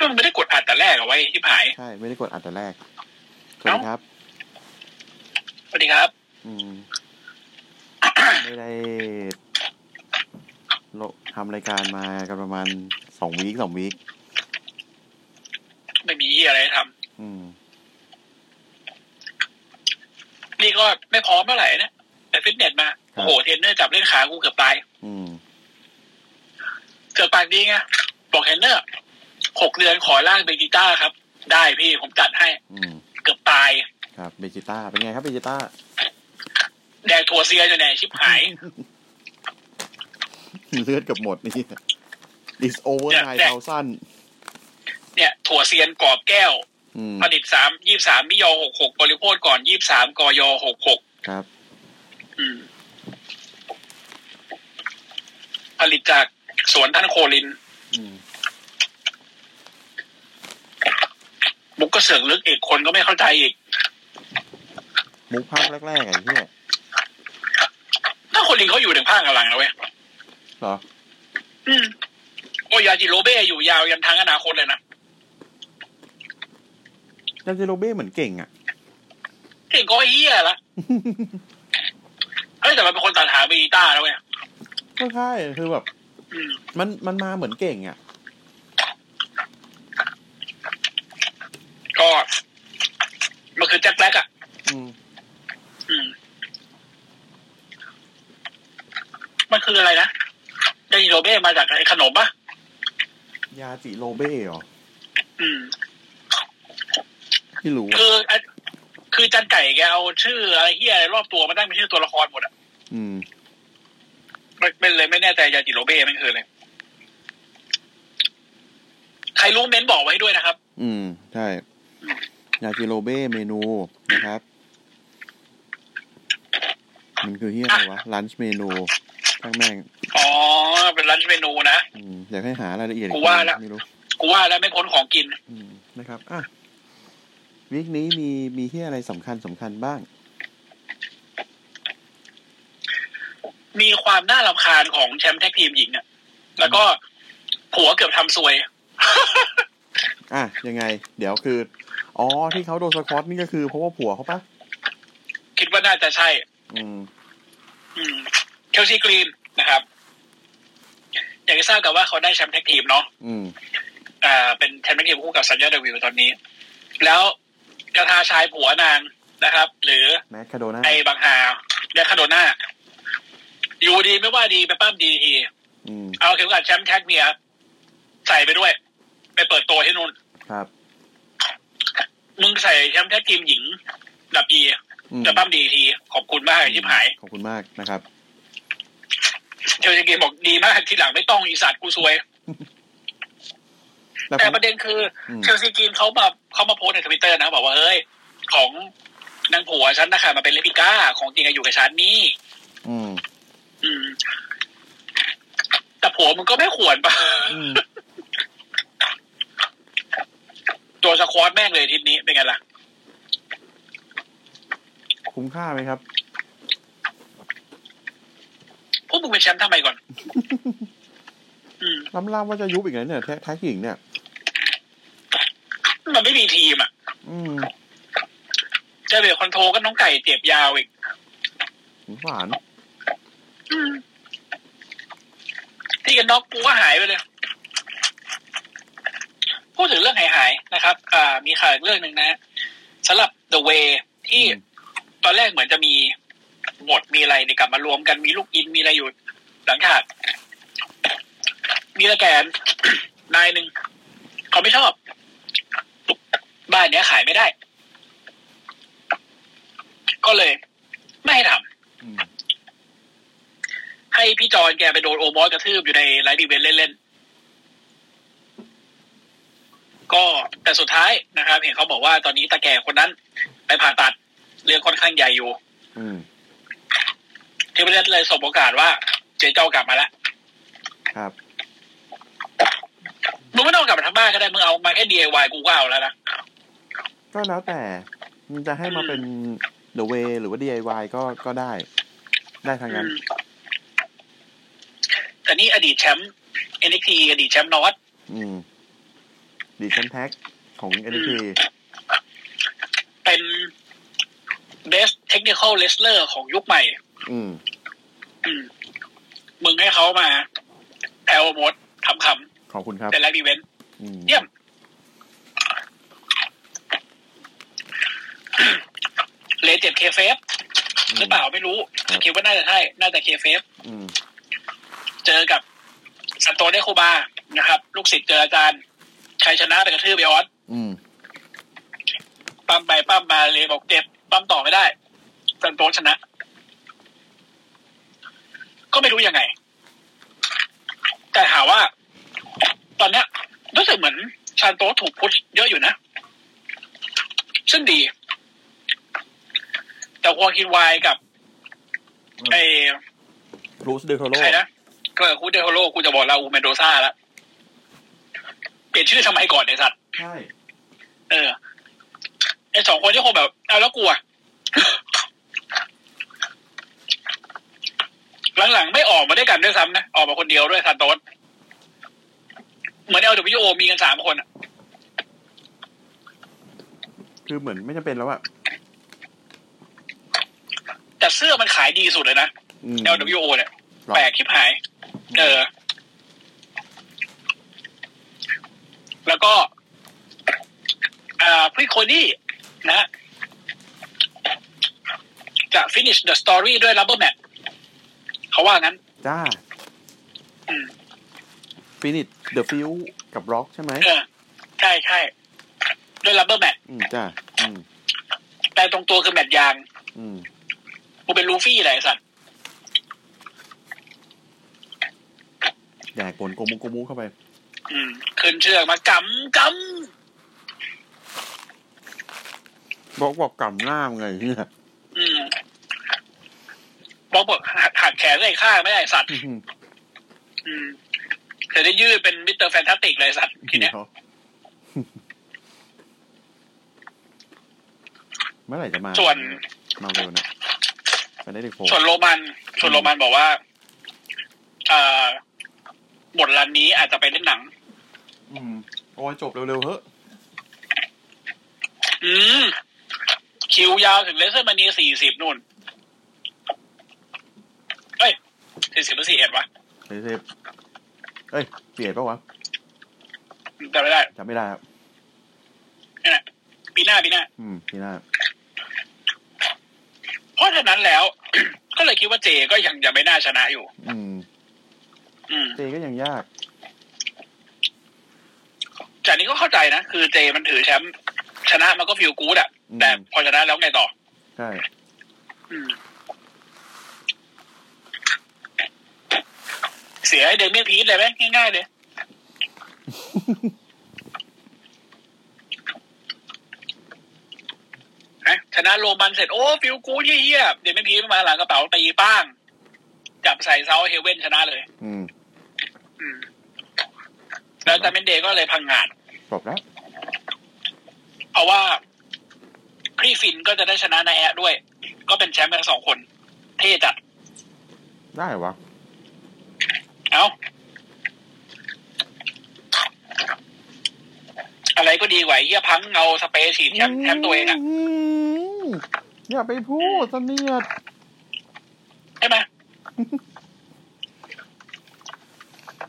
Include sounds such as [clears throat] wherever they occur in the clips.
มันไม่ได้กดอัดแต่แรกเอาไว้ที่หาย ใช่ไม่ได้กดอัดแต่แรกสวัส เอ้า ดีครับ สวัสดีครับ อืม ไม่ได้โลทำรายการมากันประมาณสองวีคสองวีค ไม่มีอะไรทำ อืม นี่ก็ไม่พร้อมเมื่อไหร่นะไปฟิตเนสมา ครับ โอ้โหเทรนเนอร์จับเล่นขากูเกือบตาย อืม เกือบปากดีไงบอกเทรนเนอร์หกเดือนขอร่างเบจิต้าครับ ได้พี่ผมจัดให้ อืม เกือบตาย ครับเบจิต้าเป็นไงครับเบจิต้า แดกถั่วเซียอยู่ไหนชิบหาย [laughs] เลือดเกับหมดนี่ is over 9,000 เนี่ย ถั่วเซียนกรอบแก้ว อืม ผลิตสามยี่สามมิยอหกหกบริโภคก่อนยี่สามกยหกหก ครับ ผลิตจากสวนท่านโคลิน อืม มุกก็เสือกลึกอีกคนก็ไม่เข้าใจอีก มุกภาคแรกๆไอ้เหี้ย ถ้านโคลินเขาอยู่ถึงภาคกลางแล้วเว้ย เหรอ อืมโอยาจิโรเบ้อยู่ยาวยันทางอนาคตเลยนะ นาจิโรเบ้เหมือนเก่งอ่ะ [laughs] เก่งก็เฮียละเฮ้ยแต่มันเป็นคนตัดหาเบนิต้าแล้วเว้ย ก็ใช่คือแบบ อืม มันมันมาเหมือนเก่งอ่ะ ก็มันคือแจ็คแบล็กอ่ะ อืม อืม มันคืออะไรนะยาจิโรเบ้มาจากไอ้ขนมปะ ยาจิโรเบ้เหรอ อืม ไม่รู้อะ คืออ่ะคือจันไก่แกเอาชื่ออะไรเฮียอะไรรอบตัวมาตั้งเป็นชื่อตัวละครหมดอ่ะ อืม ไม่ไม่เลยไม่แน่ใจยาจิโรเบ้มันคืออะไรใครรู้เม้นบอกไว้ด้วยนะครับ อืม ใช่ยากิโรเบ้เมนูนะครับ มันคือเฮียอะไรวะ ลันช์เมนูทั้งแม่ง อ๋อ เป็นร้านเมนูนะ อืม อยากให้หารายละเอียดอี กูว่าละ ไม่รู้ กูว่าแล้วไม่พ้นของกิน อืม นะครับ อ่ะวีคนี้มีมีเฮียอะไรสำคัญสำคัญบ้าง มีความน่ารำคาญของแชมป์แท็กทีมหญิงเนี่ยแล้วก็ผัวเกือบทำซวย อ่ะ ยังไง เดี๋ยวคือ อ๋อ ที่เขาโดนสควอตนี่ก็คือเพราะว่าผัวเขาปะ คิดว่าน่าจะใช่ อืม อืมเชลซีกรีนนะครับ อย่างที่ทราบกันว่าเขาได้แชมป์แท็กทีมเนาะ อืม อ่าเป็นแชมป์แท็กทีมคู่กับซันยาเดวิลตอนนี้ แล้วกระทาชายผัวนางนะครับ หรือ แมทคาโดน่า ไอ้บังฮาและคาโดน่าอยู่ดีไม่ว่าดีไปปั้มดีที อืม เอาเข็มขัดแชมป์แท็กเมียใส่ไปด้วย ไปเปิดตัวที่นู่น ครับ มึงใส่แชมป์แท็กทีมหญิงดับอี อืม จะปั้มดีที ขอบคุณมากไอ้ชิบหาย ขอบคุณมากนะครับ เชลซีเกมบอกดีมากทีหลังไม่ต้องอีสัตว์กูซวย แต่ผ แต่ ม ประเด็นคืออ ม เชลซีกรีนเขามาเขามาโพสต์ในทวิตเตอร์นะบอกว่าเฮ้ย ของนางผัวฉันนะคะมาเป็นเลปิก้า ของจริงอะอยู่กับฉันนี่ อืม อืม แต่ผัวมึงก็ไม่ขวนปะ อืม ตัวสควอตแม่งเลยทีนี้เป็นไงล่ะ คุ้มค่าไหมครับ พวกมึงเป็นแชมป์ทำไมก่อน อืม ล้ำล่ามว่าจะยุบอีกแล้วเนี่ยแท็กแท็กหญิงเนี่ย มันไม่มีทีมอ่ะ อืม เจเบลคอนโทรก็น้องไก่เจ็บยาวอีก สงสาร ที่กันน็อกกูก็หายไปเลย พูดถึงเรื่องหายๆนะครับ อ่า มีข่าวอีกเรื่องหนึ่งนะสำหรับ The Way ที่ อืม ตอนแรกเหมือนจะมีบทมีอะไรในยกลับมารวมกันมีลูกอินมีอะไรอยู่ หลังฉากมีตะแกน [coughs] นายหนึ่งเขาไม่ชอบ บ้านเนี้ยขายไม่ได้ ก็เลย ไม่ให้ทำ อืม ให้พี่จอนแกไปโดนโอมอสกระทืบอยู่ในไลฟ์ดีเวนต์เล่น ก็แต่สุดท้ายนะครับ เห็นเขาบอกว่าตอนนี้ตาแก่คนนั้น ไปผ่าตัดเรื่องค่อนข้างใหญ่อยู่ อืม ทีมเลสเลยสบโอกาสว่า เจเจ้ากลับมาแล้ว ครับ มึงไม่ต้องกลับมาทำบ้านก็ได้มึงเอามาแค่ DIY กูก็เอาแล้วนะ ก็แล้วแต่มันจะให้มาเป็น The Way หรือว่า DIY ก็ก็ได้ ได้ทางนั้น อืมแต่นี่อดีตแชมป์ NXT อดีตแชมป์นอต อืม ดีชั้นแพ็กของ NXT เป็น best technical wrestler ของยุคใหม่ อืม อืมมึงให้เขามาแพลวมดทำค ขอบคุณครั ำ บ แต่ละอีเวนต์ อืม เยี่ยม เลเจ็ดเคเฟฟหรือเปล่าไม่รู้แต่คิดว่าน่าจะใช่น่าจะเคเฟฟ อืม เจอกับสันโตเดโคบานะครับ ลูกศิษย์เจออาจารย์ ใครชนะแต่กระทืบไอออส อืม ปั้มไปปั้มมาเลบอกเจ็บปั้มต่อไม่ได้สันโตชนะ ก็ไม่รู้ยังไง แต่หาว่า ตอนเนี้ยรู้สึกเหมือนชานโตถูกพุชเยอะอยู่นะ ซึ่งดี แต่ควาคินไวายกับไอ รูสเดโทโร ใครนะก็คูเดโฮโลกูจะบอกลาอูเมนโดซ่าละเปลี่ยนชื่อทำไมก่อนไอสัตว์ ใช่ เออไอสองคนที่คงแบบเอาแล้วกูอะ [coughs] หลังๆ ไม่ออกมาด้วยกันด้วยซ้ำนะ ออกมาคนเดียวด้วยซานโตสเหมือนเอลวิโอมีกันสามคนอะ คือเหมือนไม่จำเป็นแล้วอะ แต่เสื้อมันขายดีสุดเลยนะ อืม l w o เนี่ย แปลกที่หาย เออ แล้วก็ อ่าพี่โคนี่นะ จะ finish the story ด้วย rubber mat เขาว่างั้น จ้า อืม ฟินิชเดอะฟิวกับร็อกใช่ไหม เออ ใช่ใช่ด้วย rubber mat อืม จ้า อืม แปลตรงตัวคือแมทยาง อืม กูเป็นลูฟี่แหละไอ้สัตว์ แดกบนโกมุโกมุเข้าไป อืม ขึ้นเชือกมากำก บอกบอกกำหน้ามึงไงเนี่ย ำอืมบอกบอกหักหักแขนเลยข้างไม่ได้ไอ้สัตว์ อื้อหือ อืมจะได้ยืดเป็นมิสเตอร์แฟนตาติกเลยไอ้สัตว์ทีเนี้ย เมื่อไหร่จะมา ส่วน มาเร็วนะไปได้เด็กโฟ ส่วนโรมัน ส่วนโรมันบอกว่าเอ่อหมดรันนี้อาจจะไปเล่นหนัง อืมโอ้ยจบเร็วๆเฮ้ย อืม คิวยาวถึงเลเซอร์มานีสี่สิบนู่น เอ้ยสี่สิบหรือสี่เอ็ดวะ เซฟเอ้ย เปลี่ยนปะวะ จำไม่ได้ จำไม่ได้ครับ นั่นแหละปีหน้าปีหน้า อืมพี่หน้า เพราะฉะนั้นแล้ว [coughs] ก็เลยคิดว่าเจก็ยังยังไม่น่าชนะอยู่ อืม อืม เจก็ยังยาก จากนี้ก็เข้าใจนะ คือเจมันถือแชมป์ชนะมันก็ฟิลกู๊ดอะ อืม แต่พอชนะแล้วไงต่อ ใช่ อืม เสียให้เดเมียนพีทเลยไหมง่ายๆเลย นะชนะโรมันเสร็จ โอ้ฟิลกูเยี่ยๆเดเมียนพีทมาหลังกระเป๋าตีป้าง จับใส่เซาเฮเว่นชนะเลย อืม อืม แล้วจาเมนเดย์ก็เลยพังงาด จบแล้ว เพราะว่าพรีฟินก็จะได้ชนะนายแอะด้วย ก็เป็นแชมป์กันสองคน เท่จัด ได้วะ เอาอะไรก็ดีกว่าไอ้เฮียพังเงาสเปรย์ฉีดแชมป์แชมป์ตัวเองอะ มอย่าไปพูดเสนียด ใช่ไหม [laughs]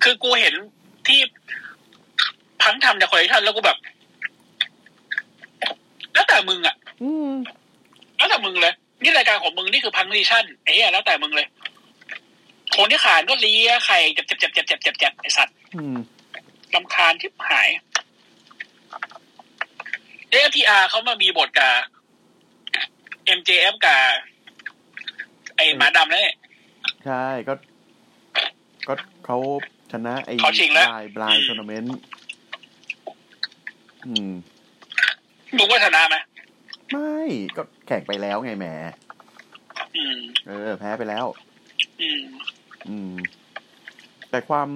คือกูเห็นที่พังทำจากคอลเลคชันแล้วกูแบบ แล้วแต่มึงอะ อืม แล้วแต่มึงเลย นี่รายการของมึงนี่คือพังรีชั่นไอ้เหี้ยแล้วแต่มึงเลย คนที่ขานก็เลียไข่เจ็บเจ็บเจ็บเจ็บเจ็บเจ็บเจ็บไอสัตว์ อืม ลำคาญชิบหายเอฟทีอาร์เขามามีบทกับ MJF กับไอหมาดำนั่นแหละ ใช่ก็ ก็เขาชนะไอ้ เขาชิงแล้ว บลายบลายทัวร์นาเมนต์ อืม มึงว่าชนะไหม ไม่ก็แข่งไปแล้วไงแหม อืม เออ แพ้ไปแล้ว อืม อืม แต่ความ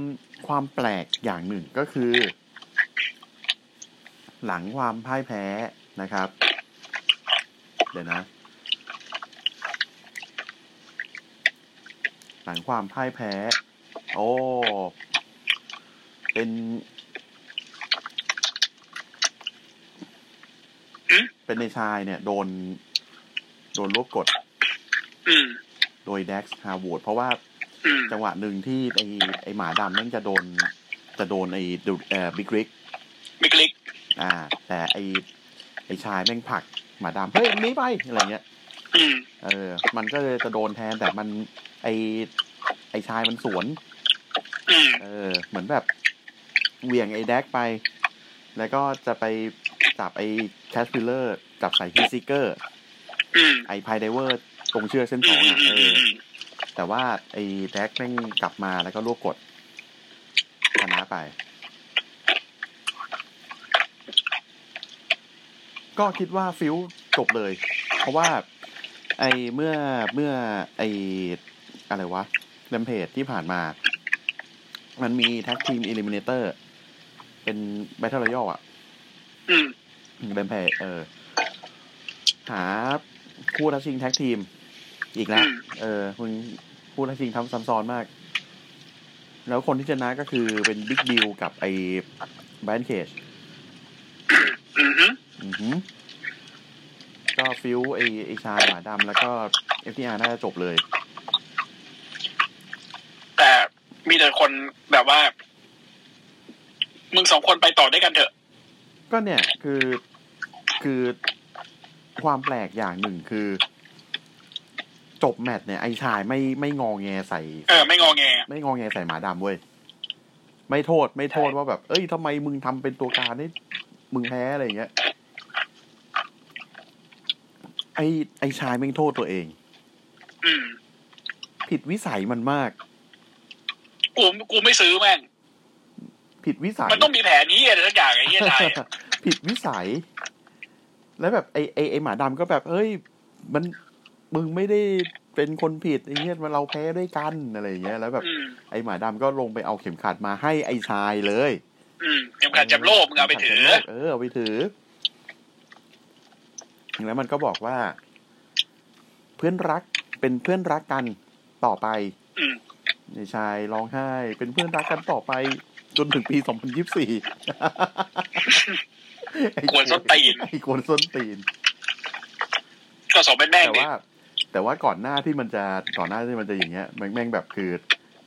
ความแปลกอย่างหนึ่งก็คือ หลังความพ่ายแพ้นะครับ เดี๋ยวนะ หลังความพ่ายแพ้ โอ้ เป็น อืม เป็นในชายเนี่ย โดน โดนลบกด อืม โดยแด็กฮาร์วดเพราะว่า อืม จังหวะหนึ่งที่ไอไอหมาดำแม่งจะโดน จะโดนไอดูเอ่อบิ๊กริก มิกลิก อ่า แต่ไอไอชายแม่งผลักหมาดำเฮ้ยหนีไปอะไรเงี้ย อืม เออ มันก็เลยจะโดนแทนแต่มันไอไอชายมันสวน อืม เออ เหมือนแบบเหวี่ยงไอแดกไป แล้วก็จะไปจับไอแคชพิลเลอร์จับใส่ฮีซิเกอร์ อืม ไอพายไดเวอร์ตรงเชือกเส้น อื สอ ม ง อืม อ่ะ อื เอ ม อ อืม แต่ว่าไอ้แจ็คแม่งกลับมาแล้วก็รวบกดชนะไป ก็คิดว่าฟิวจบเลย เพราะว่า ไอ้เมื่อเมื่อไอ้อะไรวะแรมเพจที่ผ่านมา มันมีแท็กทีม e ิลิมิเนเตอร์ เป็นแบทเทิลรอยัลอะ อืม เป็นแพเออ หาคู่ทัชชิงแท็กทีม อีกแล้ว อืม เออมึงคู่ทัชชิงทำซ้ำซ้อนมาก แล้วคนที่ชนะก็คือเป็นบิ๊กดิวกับไอ้แบนเคช อืมอืม อือหือก็ฟิวไอ้ไอ้ชายหมาดำแล้วก็เอฟทีอาร์น่าจะจบเลย แต่มีแต่คนแบบว่า มึงสองคนไปต่อด้วยกันเถอะ ก็เนี่ยคือคือความแปลกอย่างหนึ่งคือ จบแมตช์เนี่ยไอ้ชายไม่ไม่งอแงใส่ เออ ไม่งอแง ไม่งองแงใส่หมาดำเว้ย ไม่โทษไม่โทษว่าแบบ เอ้ยทำไมมึงทำเป็นตัวการให้มึงแพ้อะไรอย่างเงี้ย ไอไอชายแม่งโทษตัวเอง อืม ผิดวิสัยมันมาก กูกูไม่ซื้อแม่ง ผิดวิสัย มันต้องมีแผนนี้อะไรสักอย่างไอ้เหี้ยนาย [laughs] ผิดวิสัย แล้วแบบไอไอไอหมาดำก็แบบเอ้ย มันมึงไม่ได้เป็นคนผิดไอเงี้ยมันเราแพ้ด้วยกันอะไรอย่างเงี้ย แล้วแบบ อืม ไอหมาดำก็ลงไปเอาเข็มขัดมาให้ไอชายเลย อืมเข็มขัดแชมป์โลกมึงเอาไปถือ เออเอาไปถือ แล้วมันก็บอกว่า เพื่อนรักเป็นเพื่อนรักกันต่อไป อืม ในชายร้องไห้ เป็นเพื่อนรักกันต่อไป จนถึงปี [laughs] 2024 กวนส้นตีน ไอ้กวนส้นตีน ก็สอบเป็นแม่ง แต่ ดิ ว่า แต่ว่าก่อนหน้าที่มันจะก่อนหน้าที่มันจะอย่างเงี้ยแม่งแม่งแบบคือ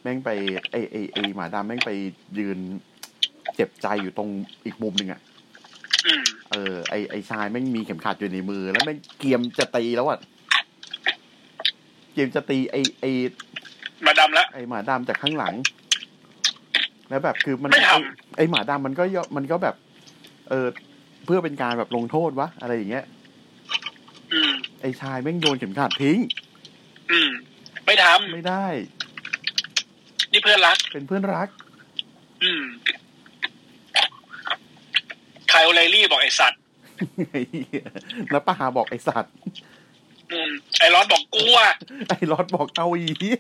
แม่งไปไอไอไอหมาดำแม่งไปยืนเจ็บใจอยู่ตรงอีกมุมหนึ่งอะ อืม เออไอไอชายแม่งมีเข็มขัดอยู่ในมือ แล้วแม่งเกรียมจะตีแล้วอ่ะเกรียมจะตีไอไอ มาดำละ ไอหมาดำจากข้างหลัง แล้วแบบคือมัน ไม่ทำ ไอ้ไอหมาดำมันก็ยอมมันก็แบบ เออเพื่อเป็นการแบบลงโทษวะอะไรอย่างเงี้ย อืม ไอชายแม่งโยนเข็มขัดทิ้ง อืม ไม่ท ไม่ได้ ำนี่เพื่อนรัก เป็นเพื่อนรัก [laughs] อืมไคลโอเลรี่บอกไอสัตว์ ไอ้เหี้ยแล้วป้าหาบอกไอสัตว์ อืม ไอร้อนบอกกูอะ ไอรอดบอกเอาอีเหี้ย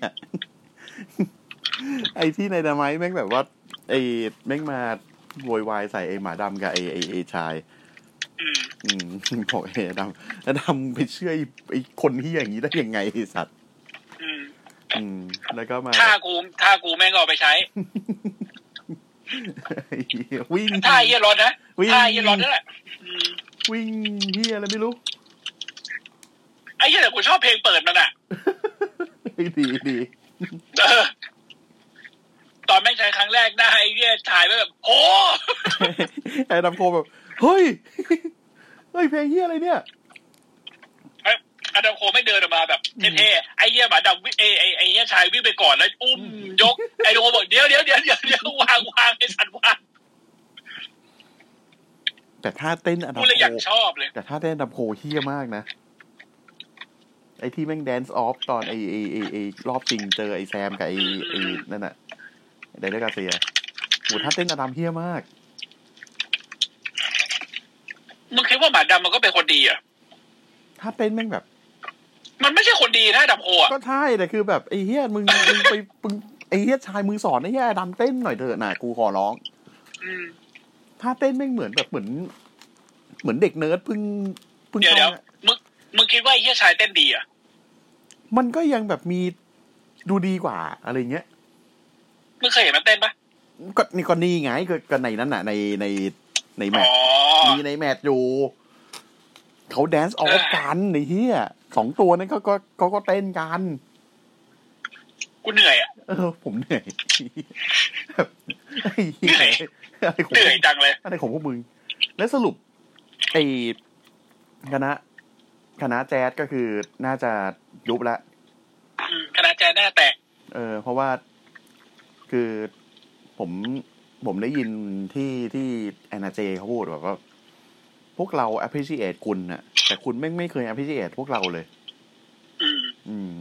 ไอที่ในดาไม้แม่งแบบว่าไอแม่งมาโวยวายใส่ไอหมาดำกับไอไอไอชาย อืม อืมบอกเอดำแล้วดำไปเชื่อไอ้ไอ้คนที่อย่างนี้ได้ยังไงไอ้สัตว์ อืม อืม แล้วก็มา ท่ากูท่ากูแม่งก็เอาไปใช้ ไอ้เหี้ย [laughs] วิ่ง ท่าไอ้เยี่ยร้อนนะ วิ่ง ท่าไอ้เยี่ยร้อนนั่นแหละอืม วิ่งเฮียอะไรไม่รู้ ไอ้เยี่ยแต่กูชอบเพลงเปิดมันอะ ดีดี เออ ตอนแม่งใช้ครั้งแรกหน้าไอ้เยี่ยถ่ายไปแบบโอ้ ไอ้ดำโคแบบเฮ้ยเฮ้ยเพลงเฮียอะไรเนี่ย อดัมโคไม่งเดินออกมาแบบเท่ๆไอ้เยี่ยหมาดำวิ่งไอ้ไอ้ไอ้เยี่ยชายวิ่งไปก่อนแล้วอุ้มยก ไอ้ดัมโคบอกเดี๋ยวเดี๋ยวเดี๋ยวเดี๋ยวเดี๋ยว [laughs] วางวางไอ้สัตว์วาง แต่ท่าเต้นอันดั กู บ เลยอยาก โค ชอบเลย แต่ท่าเต้นอันดับโคเฮียมากนะ ไอ้ที่แม่งแดนซ์ออฟตอนไอ้ไอ้ไอ้ไอ้รอบจริงเจอไอ้แซมกับไอ้ไอ้นั่นน่ะไดเดอร์กาเซียโหท่าเต้นอดัมเฮียมาก มึงคิดว่าหมาดำมันก็เป็นคนดีเหรอ่ะ ถ้าเป็นแม่งแบบ มันไม่ใช่คนดีนะดำโออ่ะ ก็ใช่แต่คือแบบไอ้เฮียมึงมึงไปมึงไอ้เฮียชายมึงสอนไอ้เฮียดำเต้นหน่อยเถอะนะกูขอร้อง อืม ถ้าเต้นแม่งเหมือนแบบเหมือน เหมือนเด็กเนิร์ดเพิ่งเพิ่ง เดี๋ยว ข้า เดี๋ยว มา มึงมึงคิดว่าไอ้เฮียชายเต้นดีเหรอ่ะ มันก็ยังแบบมีดูดีกว่าอะไรเงี้ย มึงเคยเห็นมันเต้นปะ ก็นี่ก็นี่ไงก็ก็ในนั้นน่ะ ในในในแม อ๋ ท อ มีในแมทอยู่เขาแดนซ์ออฟกันในเฮียสองตัวนั้นเขาก็เขาก็เต้นกัน กูเหนื่อยอ่ะ เออ ผมเหนื่อยแบบไอ้เหี้ย เหนื่อย อะไรของ เหนื่อยจังเลย อะไรของพวกมึง แล้วสรุปไอ้คณะคณะแจ๊สก็คือน่าจะยุบละ อืมคณะแจนหน้าแตก เออ เพราะว่าคือผมผมได้ยินที่ที่แอนนาเจเขาพูดแบบว่า พวกเรา appreciate คุณนะแต่คุณไม่งไม่เคย appreciate พวกเราเลย อืม อืม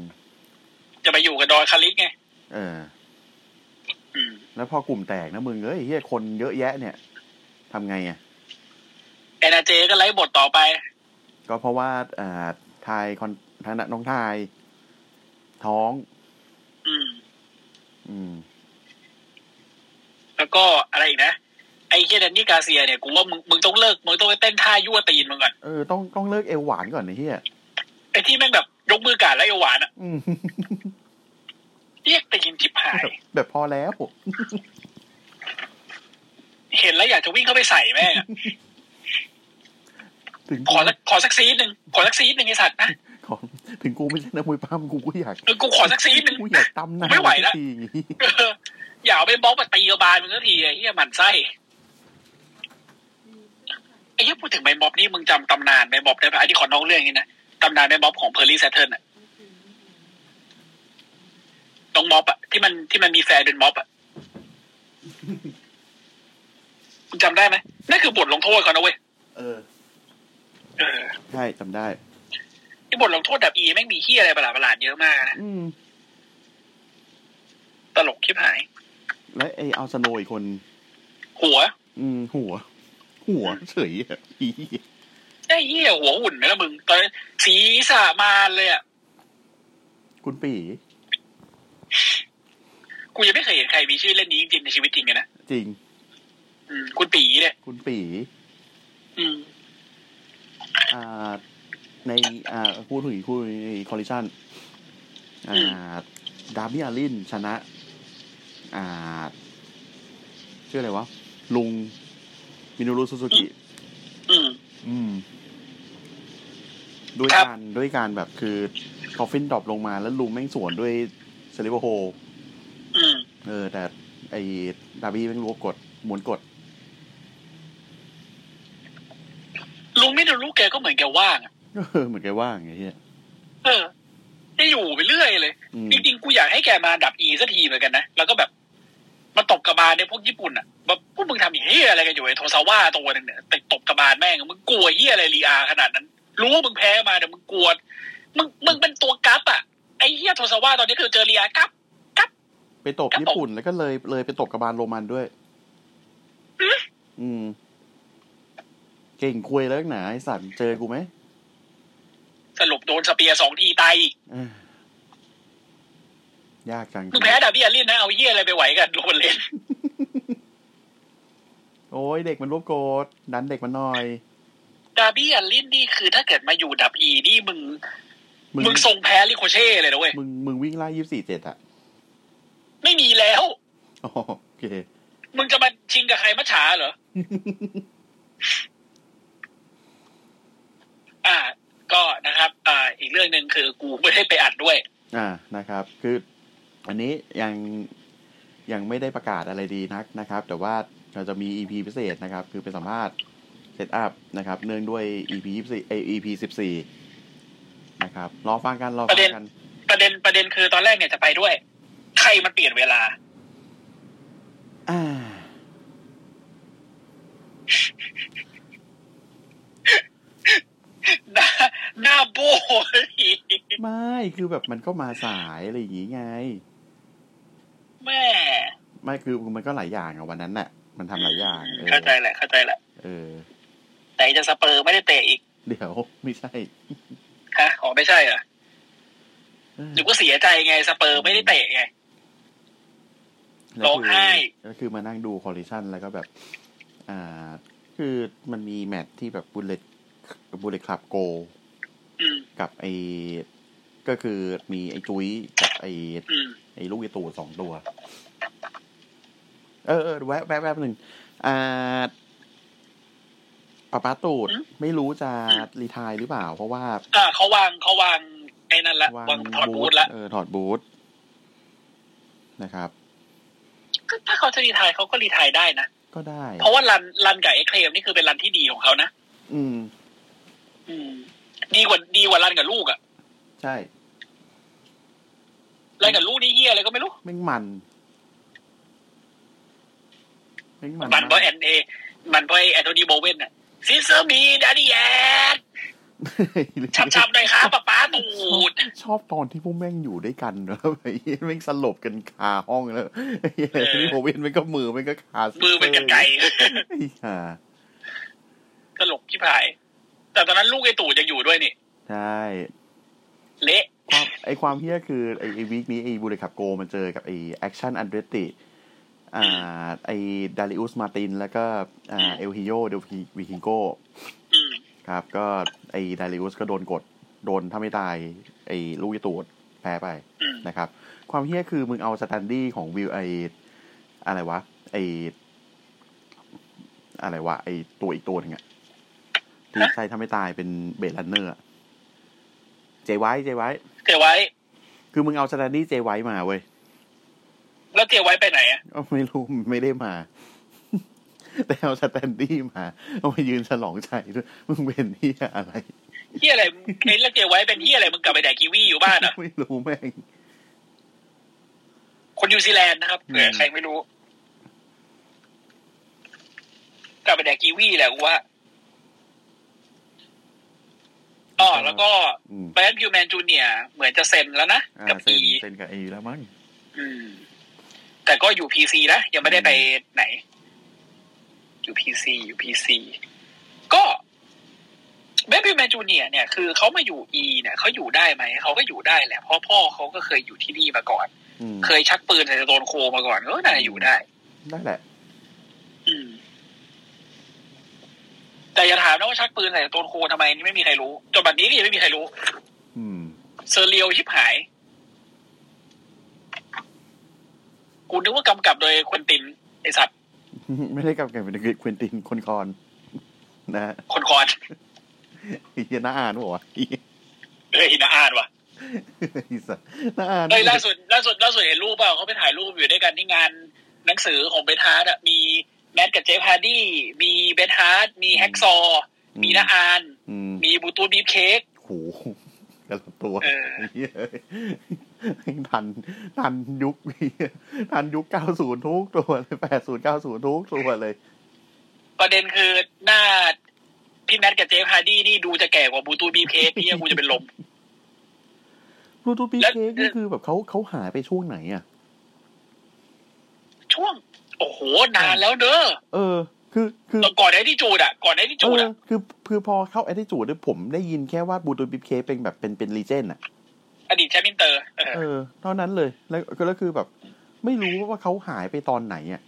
จะไปอยู่กับดอยคาริสไง เออ อืม แล้วพอกลุ่มแตกนะมึงเอ้ยเฮียคนเยอะแยะเนี่ยทำไงอ่ะ แอนนาเจก็ไล่บทต่อไป ก็เพราะว่าเอ่อทายคอนทางน้องทาย ท้อง อืม อืม แล้วก็อะไรอีกนะ ไอ้เฮียแดนนี่กาเซียเนี่ยกูว่ามึงมึงต้องเลิก มึงต้องไปเต้นท่ายั่วตีนมึงก่อน เออ ต้องต้องเลิกเอวหวานก่อนนะเฮีย ไอ้ที่แม่งแบบยกมือกาดแล้วไอ้หวานอ่ะ อืม [laughs] เรียกตีนจิบหาย แบบแบบพอแล้ว เห็นแล้วอยากจะวิ่งเข้าไปใส่แม่งอะ ถึง ขอสักขอสักซีดหนึ่งขอสักซีดหนึ่งไอ้สัตว์นะ ขอถึงกูไม่ใช่นักมวยปั้มกูก็อยาก เออกูขอสักซีดหนึ่ง กูอยากตำหน้า ไม่ไหวละ สักทีอย่างงี้ เอออย่าเอาไปบล็อกมาตีกระบาลมึงสักทีไอ้เหี้ยหมันไส้ไอ้เหี้ยพูดถึงไมบ๊อบนี่มึงจำตำนานไมบ๊อบได้ปะไอ้ที่ขอน้องเรื่องนี้นะตำนานไมบ๊อบของเพอร์ลี่แซทเทิลน่ะน้องม็อบอะที่มันที่มันมีแฟนเป็นม็อบอะมึงจำได้ไหมนั่นคือบทลงโทษเขานะเว้ย เออ เออ ใช่จำได้ ไอ้บทลงโทษแบบอีไม่งมีเฮียอะไรประหลาดประหลาดๆเยอะมากนะ อืม ตลกคิบหาย และไอเอาสโนอีกคน หัว อืม หัว หัวเฉยอะอีเหี้ย ไอ้เฮียหัวหุ่นไหมล่ะมึงตอนนั้นศีรษะมารเลยอะ คุณปี กูยังไม่เคยเห็นใครมีชื่อเล่นนี้จริงๆในชีวิตจริงอะนะ จริง อืมคุณปีเนี่ย คุณปี อืม อ่า ในอ่าพูดถึงพูดถึงในคอลลิชันอ่ อืม า ดาร์บี้อาลินชนะ อ่าชื่ออะไรวะ ลุง มินูรุซูซูกิ อืม อืม ด้วย ครับ การด้วยการแบบคือคอฟฟินดรอปลงมาแล้วลุมแม่งสวนด้วยเซลิเวโฮ อืม เออ แต่ไอ้ดาร์บี้แม่งรู้กดหมุนกด [laughs] ลุงไม่ดูลูกแกก็เหมือนแกว่างอะ เออ เหมือนแกว่างไงเฮีย เออจะอยู่ไปเรื่อยเลย อืม จริงๆกูอยากให้แกมาดับอีสักทีเหมือนกันนะแล้วก็แบบมาตบกระบาลในพวกญี่ปุ่นอ่ะแบบพวกมึงทำไอ้เฮียอะไรกันอยู่ไอ้โทซาว่าตัวหนึงเนี่ยแต่ตบกระบาลแม่งอะมึงกลัวเฮียอะไรลีอาขนาดนั้น รู้ว่ามึงแพ้มาแต่มึงกลัวมึงมึงเป็นตัวกัปอ่ะไอ้เฮียโทซาว่าตอนนี้คือเจอลีอากัป ไปตบญี่ปุ่นแล้วก็เลยเลยไปตบกระบาลโรมันด้วย อืม อืม เก่งคุยแล้วหนาไอสัตว์เจอกูไหม สรุปโดนสเปียร์สองทีตายอีก เอ้ยยากจัง มึงแพ้ดับเบียลินนะเอาเฮียอะไรไปไหวกันโรนเลน โอ้ยเด็กมันรวบโกดดันเด็กมันหน่อย ดาร์บี้อัลลินนี่คือถ้าเกิดมาอยู่ดับอีนี่มึง มึง มึงทรงแพ้ลิโคเช่เลยนะเว้ย มึงมึงวิ่งไล่ยี่สิบสี่เจ็ดอะ ไม่มีแล้ว อ๋อโอเค มึงจะมาชิงกับใครมัจฉาเหร [laughs] อ อ่า ก็นะครับ อ่า อีกเรื่องหนึ่งคือกูไม่ได้ไปอัดด้วย อ่านะครับ คืออันนี้ยังยังไม่ได้ประกาศอะไรดีนักนะครับ แต่ว่าเราจะมี EP พิเศษนะครับ คือเป็นสัมภาษณ์เซตอัพนะครับ เนื่องด้วย EP 24เอย EP 14นะครับ รอฟังกันรอฟังกัน ประเด็นประเด็นคือตอนแรกเนี่ยจะไปด้วย ใครมันเปลี่ยนเวลา [laughs] อ่า หน้าหน้าโบ้อีก ไม่ คือแบบมันก็มาสายอะไรอย่างงี้ไง แม่ ไม่คือมันก็หลายอย่างอะวันนั้นแหละมันทำหลายอย่าง เออ เข้าใจแหละ เข้าใจแหละ เออ ไหนจะสเปอร์ไม่ได้เตะอีก เดี๋ยวไม่ใช่ ฮะอ๋อไม่ใช่เหรอ เออ หรือว่าเสียใจไงสเปอร์ไม่ได้เตะไง แล้ว ร้องไห้ ก็คือมานั่งดูคอลลิชันแล้วก็แบบ อ่า คือมันมีแมตช์ที่แบบบุลเลตบุลเลตคลับโก อืม กับไอ้ก็คือมีไอ้จุ้ยกับไอ้ อืม ไอ้ลูกอีตูสองตัว เออเออแวะแวะแวะหนึ่งอ่าป้าป้าตูด อืม ไม่รู้จะรีไทายหรือเปล่า เพราะว่า อ่าเขาวางเขาวางไอ้นั่นละวางถอดบูทละ เออถอดบูทนะครับ ก็ถ้าเขาจะรีไทายเขาก็รีไทายได้นะ ก็ได้ เพราะว่ารันรันกับไอ้เคลมนี่คือเป็นรันที่ดีของเขานะ อืม อืม ดีกว่าดีกว่ารันกับลูกอะ ใช่ รันกับลูกนี่เฮียอะไรก็ไม่รู้ แม่งมันแม่งมัน มันเพราะ มาก แอนเอมันเพราะไอ้แอนโทนีโบเวนอะซิสเซอร์มีดัดดี้แอนชับๆหน่อยครับป๊าป๊าตูด ชอบตอนที่พวกแม่งอยู่ด้วยกันเนอะ [laughs] ไอ้เหี้ยแม่งสลบกันคาห้องแล้วไอ้เหี้ย [laughs] เออ นี่โควิดแม่งก็มือแม่งก็คา มือเป็นกันไกร ไอ้ห่า ตลกที่ผาย แต่ตอนนั้นลูกไอ้ตู่ยังอยู่ด้วยนี่ ใช่ เละ ความไอ้ความเฮี้ยคือไอ้ไอ้วีคนี้ไอ้บูเลขับโกมันเจอกับไอ้แอคชั่นอันเดรติอ่าไอ้ดาริอุสมาตินแล้วก็อ่าเอลฮิโยเดลวิฮิงโก อืม ครับ ก็ไอ้ดาริอุสก็โดนกดโดนถ้าไม่ตาย ไอ้ลูกยตูดแพ้ไป อืม นะครับ ความเฮี้ยคือมึงเอาสแตนดี้ของวิวไออะไรวะ ไออะไรวะ ไอตัวอีกตัวหนึงอะที่ ฮะ ใช่ถ้าไม่ตายเป็นเบลันเนอร์เจไว้เจไว้ เจไว้ คือมึงเอาสแตนดี้เจไว้มาเว้ย แล้วเจไว้ไปไหนอะ ก็ไม่รู้ไม่ได้มา [laughs] แต่เอาสแตนดี้มา เอามายืนฉลองใจด้วย มึงเป็นที่อะไร เฮียอะไรเอ้ยแล้วเจไว้เป็นเฮียอะไรมึงกลับไปแดกกีวีอยู่บ้านเหรอ่ะ ไม่รู้แม่ง คนนิวซีแลนด์นะครับเผื่อ อืม ใครไม่รู้ กลับไปแดกกีวีแหละกูว่าอ๋อแล้วก็ อืม แบรนด์พิวแมนจูเนียเหมือนจะเซ็นแล้วนะ อ่า กับ เซ ปี นเซนกับไอแล้วมั้ง อืม แต่ก็อยู่พีซีนะยังไม่ได้ไปไหน อยู่พีซีอยู่พีซีก็แบรนด์พิวแมนจูเนียเนี่ยคือเขามาอยู่อีเนี่ยเขาอยู่ได้ไหมเขาก็อยู่ได้แหละเพราะพ่อเขาก็เคยอยู่ที่นี่มาก่อน อืม เคยชักปืนใส่โดนโคมาก่อนก็น่าจะอยู่ได้ ได้แหละ อืม แต่อย่าถามนะว่าชักปืนใส่โดนโคทำไมนี่ไม่มีใครรู้จนบัดนี้ก็ยังไม่มีใครรู้ อืม [laughs] เซอร์เรียวชิบหาย กูนึกว่ากำกับโดยควินติน ไอสัตว์ ไม่ได้กำกับเป็นควินตินคนคอนนะฮะ คนคอน ไอ้เหี้ยน่าอ่านวะไอ้เหี้ย เอ้ยน่าอ่านว่ะ ไอ้สัสน่าอ่าน เอ้ยล่าสุดล่าสุดล่าสุดเห็นรูปเปล่าเขาไปถ่ายรูปอยู่ด้วยกันที่งานหนังสือของเบนฮาร์ดอะมีแมทกับเจฟฮาร์ดี้มีเบนฮาร์ดมีแฮกซอว์มีนาอาน อืม มีบูตูนบีฟเค้ก โหแต่ละตัว เออ ไอ้เหี้ยทันทันยุค [laughs] ไอ้เหี้ยทันยุคเก้าศูนย์ทุกตัวเลยแปดศูนย์เก้าศูนย์ทุกตัวเลย ประเด็นคือหน้าพี่แมทกับเจฟฮาร์ดี้นี่ดูจะแก่กว่าบูตูบีฟเค้กพี่กูจะเป็นลม [laughs] b ลูทู e ี แล้ว เค้กนี่คือแบบเขาเขาหายไปช่วงไหนอ่ะ ช่วง โอ้โห นานแล้วเด้อ เออ คือคือ ตอนก่อนไอ้ที่จูดอะก่อนไอ้ที่ เอ จูด อ อะ คือคือพอเข้าไอ้ที่จูดเนี่ยผมได้ยินแค่ว่าบลูทูบีเค้กเป็นแบบเป็นเป็นลีเจนอ่ะ อดีตแชมป์อินเตอร์เออ เออเท่านั้นเลยแล้วก็แล้วคือแบบ ไม่รู้ว่าเขาหายไปตอนไหนอ่ะ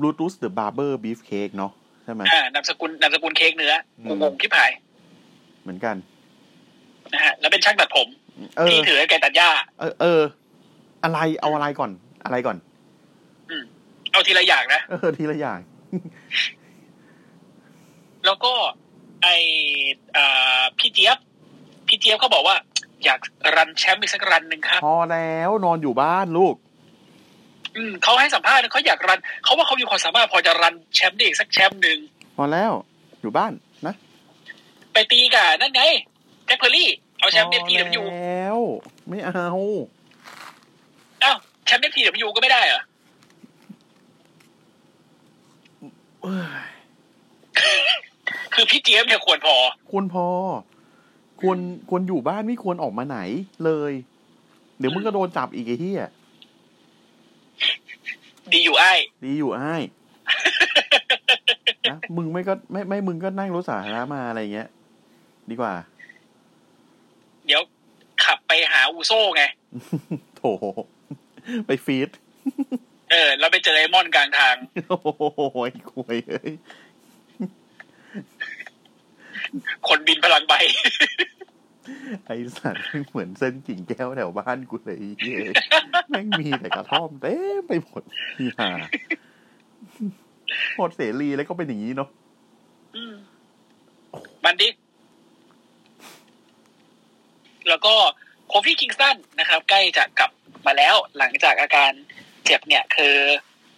บลูทูสเดอะบาร์เบอร์บีฟเค้กเนาะใช่ไหม อ่านามสกุลนามสกุลเค้กเนื้อ อื กู ม งงที่ผาย เหมือนกัน นะฮะแล้วเป็นช่างตัดผม เออ พี่ถือไก่ตัดหญ้า เออเออ อะไรเอาอะไรก่อน อะไรก่อน เอาทีละอย่างนะ เออ ทีละอย่าง แล้วก็ไออ่าพี่เจี๊ยบ พี่เจี๊ยบเขาบอกว่า อยากรันแชมป์อีกสักรันหนึ่งครับ พอแล้วนอนอยู่บ้านลูก อืมเขาให้สัมภาษณ์นะเขาอยากรันเขาว่าเขามีความสามารถพอจะรันแชมป์ได้อีกสักแชมป์หนึ่ง พอแล้ว อยู่บ้านนะ ไปตีกับนั่นไงแจ็คเพอร์รี่เอาแชมป์เอฟที พ เด อแล้ว ไม่เอา อ้าวแชมป์เอฟทีเดก็ไม่ได้เหรอ เอ้ย คือพี่เจี๊ยบเนี่ยควรพอ ควรพอ ควรควรอยู่บ้านไม่ควรออกมาไหนเลย เดี๋ยวมึงก็โดนจับอีกไอ้เหี้ย ดีอยู่ไอ้าย ดีอยู่ไอ้าย นะมึงไม่ก็ไม่ไม่มึงก็นั่งรถสาธารณะมาอะไรเงี้ย ดีกว่า [laughs] เดี๋ยวขับไปหาอูโซ่ไง โถไปฟีด เออ แล้วไปเจอไอมอนกลางทาง โอ้โหไอ้คุยเอ้ย คนบินพลังใบ ไอสัตว์แม่งเหมือนเส้นกิ่งแก้วแถวบ้านกูเลยไอ้เหี้ยแม่งมีแต่กระท่อมเต็มไปหมด [laughs] ที่หาโคตรเสรีแล้วก็เป็นอย่างนี้เนาะ อืมมันดิ แล้วก็โคฟี่คิงสันนะครับ ใกล้จะกลับมาแล้ว หลังจากอาการเจ็บเนี่ย คือ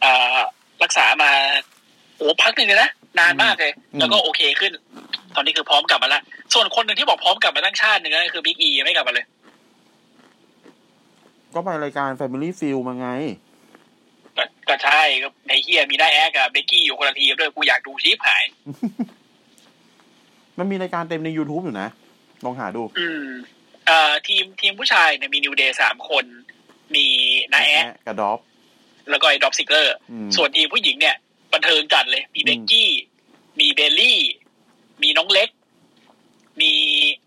อ่ารักษามาโอ้พักหนึ่งเลยนะ นานมากเลย แล้วก็โอเคขึ้น ตอนนี้คือพร้อมกลับมาละส่วนคนหนึ่งที่บอกพร้อมกลับมาตั้งชาติหนึ่งก็คือบิ๊กอีไม่กลับมาเลย ก็ไปรายการ Family f e e l มาไง ก็ก็ใช่ก็ไอ้เฮียมีได้าแอ๊กกับเบกกี้อยู่คนละทีมด้วยกูอยากดูชีพหาย มันมีรายการเต็มใน YouTube อยู่นะ ลองหาดู อืมเอ่อทีมทีมผู้ชายเนี่ยมีนิวเดย์สามคน มีนาแอ๊ก กระดอบ แล้วก็ไอ้ดรอปซิกเลอร์ อืม ส่วนทีมผู้หญิงเนี่ย บันเทิงจัดเลย มี อืม เบกกี้ มีเบลลี่ มีน้องเล็ก มี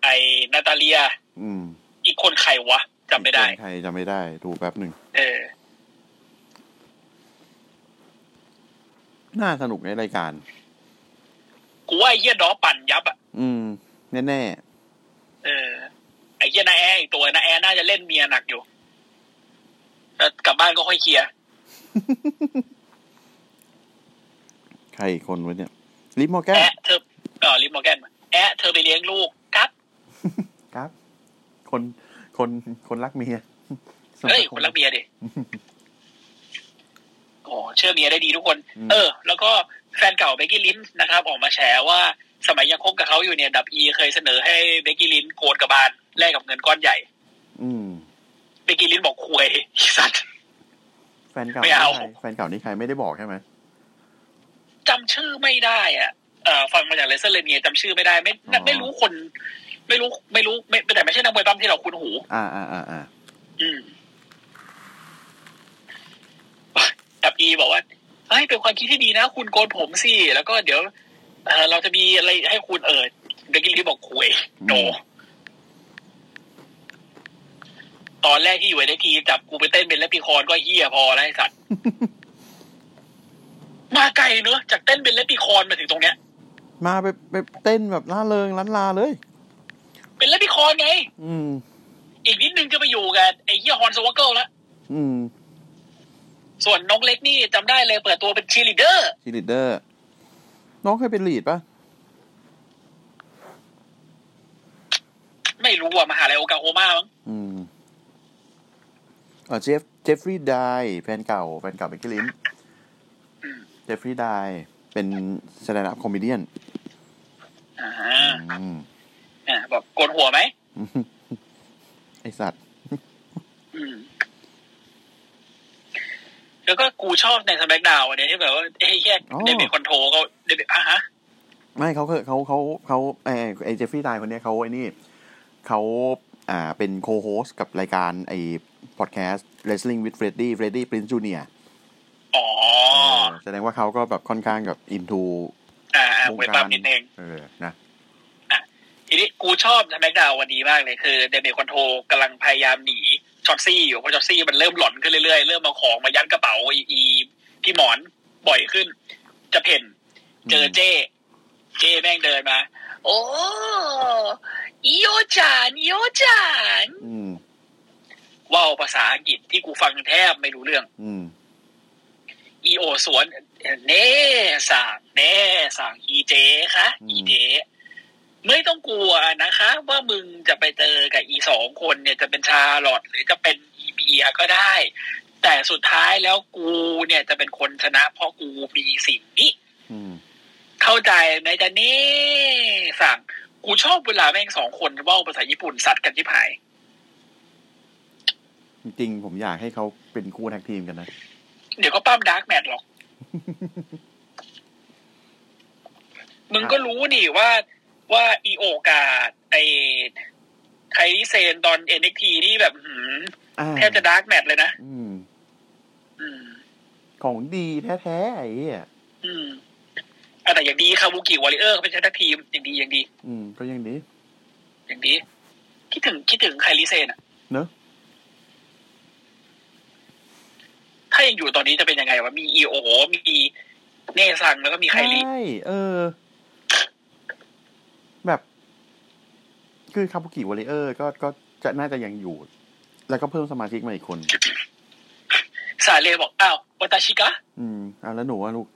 ไอ้นาตาเลีย อืม อีกคนใครวะจำไม่ได้ ใครจำไม่ได้ดูแป๊บหนึ่ง เออ น่าสนุกในรายการ กูว่าไอ้เหี้ยดอปั่นยับอ่ะ อืม แน่ เออ ไอ้เหี้ยนาแอร์อีกตัวนาแอร์น่าจะเล่นเมียหนักอยู่แล้วกลับบ้านก็ค่อยเคลียร์ ๆ ใครอีกคนวะเนี่ย ลิฟมอร์แกน แอะเธอเออลิมมอร์แกนแอะเธอไปเลี้ยงลูกครับ ครับ คนคนคนรักเมีย [laughs] เฮ้ยคนรักเมียดิโอ้เชื่อเมียได้ดีทุกคน เออ แล้วก็แฟนเก่าเบกกี้ลินช์นะครับ ออกมาแฉว่าสมัยยังคบกับเขาอยู่เนี่ย ดับอีเคยเสนอให้เบกกี้ลินช์โกนกระบาลแลกกับเงินก้อนใหญ่ อืม เบกกี้ลินช์บอกควยไอ้สัตว์ แฟนเก่า ไม่เอา นี่ใครแฟนเก่านี่ใครไม่ได้บอกใช่ไหม จำชื่อไม่ได้อ่ะเออฟังมาจากเลเซอร์เลเนียจำชื่อไม่ได้ไม่ไม่ไม่รู้คน ไม่รู้ไม่รู้ไม่แต่ไม่ใช่นักมวยปั้มที่เราคุ้นหู อ่าอ่าอ่าอ่า อืมกับอีบอกว่าเฮ้ยเป็นความคิดที่ดีนะ คุณโกนผมสิ แล้วก็เดี๋ยวเอ่อเราจะมีอะไรให้คุณเออเด็กกินที่บอกคุยโนตอนแรกที่อยู่ในทีจับกูไปเต้นเป็นเลปปิคอนก็เฮียพอแล้วไอ้สัตว์ มาไกลเนอะจากเต้นเป็นเลปปิคอนมาถึงตรงเนี้ย มาไปไปเต้นแบบล่าเริงล้านลาเลย เป็นเลปปิคอนไง อืม อีกนิดนึงจะไปอยู่กับไอ้เฮียฮอนสวอเกิลแล้ว อืม ส่วนน้องเล็กนี่จำได้เลยเปิดตัวเป็นชีลีเดอร์ ชีลิเดอร์ น้องเคยเป็นลีดปะ ไม่รู้ว่ามหาลัยโอกาโฮมามั้ง อืมเออเจฟเจฟฟรีย์ไดน์แฟนเก่า แฟนเก่าเป็นกิลินเจฟฟรีย์ไดน์เป็นแสดงอัพคอมเมดี้น อ่า อืม [laughs] อ่าบอกโกนหัวไหม ไอสัตว์ อืม แล้วก็กูชอบในสแมกดาวน์อันเนี้ยที่แบบว่าเฮ้ยแค่ อ๋อ เดบิคอนโทรก็เดบิอ่ะฮะ ไม่เขาเคยเขาเขาเขาไอไอเจฟฟี่ไดคนเนี้ยเขาไอ้นี่เขาอ่าเป็นโคโฮสกับรายการไอพอดแคสต์ Wrestling with Freddy Freddy Prince Jr. อ๋อ แสดงว่าเขาก็แบบค่อนข้างกับอินทู อ่าอ่าว ง เวย กา ปั๊ ร มนิดนึง เออนะ ทีนี้กูชอบสแมกดาวน์วันนี้มากเลยคือเดบิคอนโทรกำลังพยายามหนีช็อตซี่อยู่เพราะช็อตซี่มันเริ่มหลอนขึ้นเรื่อยๆ เริ่มเอาของมายัดกระเป๋าอีอีที่หมอนบ่อยขึ้น จะเพ่น เจอเจ้ เจ้แม่งเดินมา โอ้อิโยจานอิโยจาน อืม ว่าวภาษาอังกฤษที่กูฟังแทบไม่รู้เรื่อง อืม อีโอสวนเน่สั่งเน่สั่งอีเจคะ อืม อีเจไม่ต้องกลัวนะคะ ว่ามึงจะไปเจอกับอีสองคนเนี่ยจะเป็นชาลอตหรือจะเป็นอีเบียก็ได้ แต่สุดท้ายแล้วกูเนี่ยจะเป็นคนชนะ เพราะกูมีสิ่งนี้ อืม เข้าใจไหมจ๊ะเน่สั่งกูชอบเวลาแม่งสองคนเว่าภาษาญี่ปุ่นซัดกันที่หาย จริงๆผมอยากให้เขาเป็นคู่แท็กทีมกันนะ เดี๋ยวก็ปั้มดาร์กแมทหรอก [laughs] มึงก็รู้นี่ว่าว่าอีโอกาสไอไคลิเซนตอนเอ็นเอ็กทีนี่แบบหืม อ่า แทบจะดาร์กแมทเลยนะ อืม อืม ของดีแท้ๆไอ้เหี้ย อืมอะไร อย่างดีคาบุกิวอริเออร์เป็นแชมป์แท็กทีมอย่างดีอย่างดี อืม ก็ยังดี อย่างดี คิดถึงคิดถึงไคลิเซนอะ เนอะ ถ้ายังอยู่ตอนนี้จะเป็นยังไงวะมีอีโอมีเนซังแล้วก็มีไคลิ ใช่เออ แบบ คือคาบุกิวอลเลเยอร์ก็ก็จะน่าจะยังอยู่ แล้วก็เพิ่มสมาชิกมาอีกคน ซาเลบอกอ้าววัตาชิกะ อืมเอาแล้วหนูอะลูก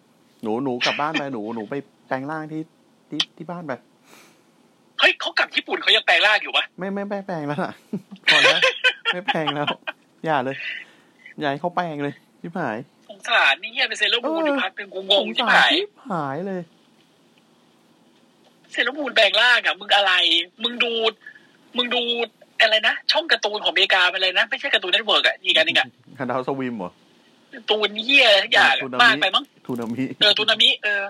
หนูหนูกลับบ้านไป หนูหนูไปแปลงร่างที่ที่ที่บ้านไป เฮ้ยเขากลับญี่ปุ่นเขายังแปลงร่างอยู่ปะ ไม่ไม่ไม่แปลงแล้วล่ะ [laughs] พอแล้ว ไม่แปลงแล้ว อย่าเลย อย่าให้เขาแปลงเลยชิบหาย สงสารนี่เฮียเป็นเซเลอร์มูน เอออ อยู่พักเป็นงงงๆ ส ที่ งสาร หาย ชิบหายเลย เซเลอร์มูนแปลงร่างอะมึงอะไร มึงดู มึงดูอะไรนะ ช่องการ์ตูนของอเมริกาไปเลยนะ ไม่ใช่การ์ตูนเน็ตเวิร์กอะอีกอันหนึง [laughs] อะ คันดาวสวิมเหรอ การ์ตูนเฮียอะไรทุกอย่าง ทู อะ นามิ มากไปมั้ง ทูนามิ เออตุนามิเออ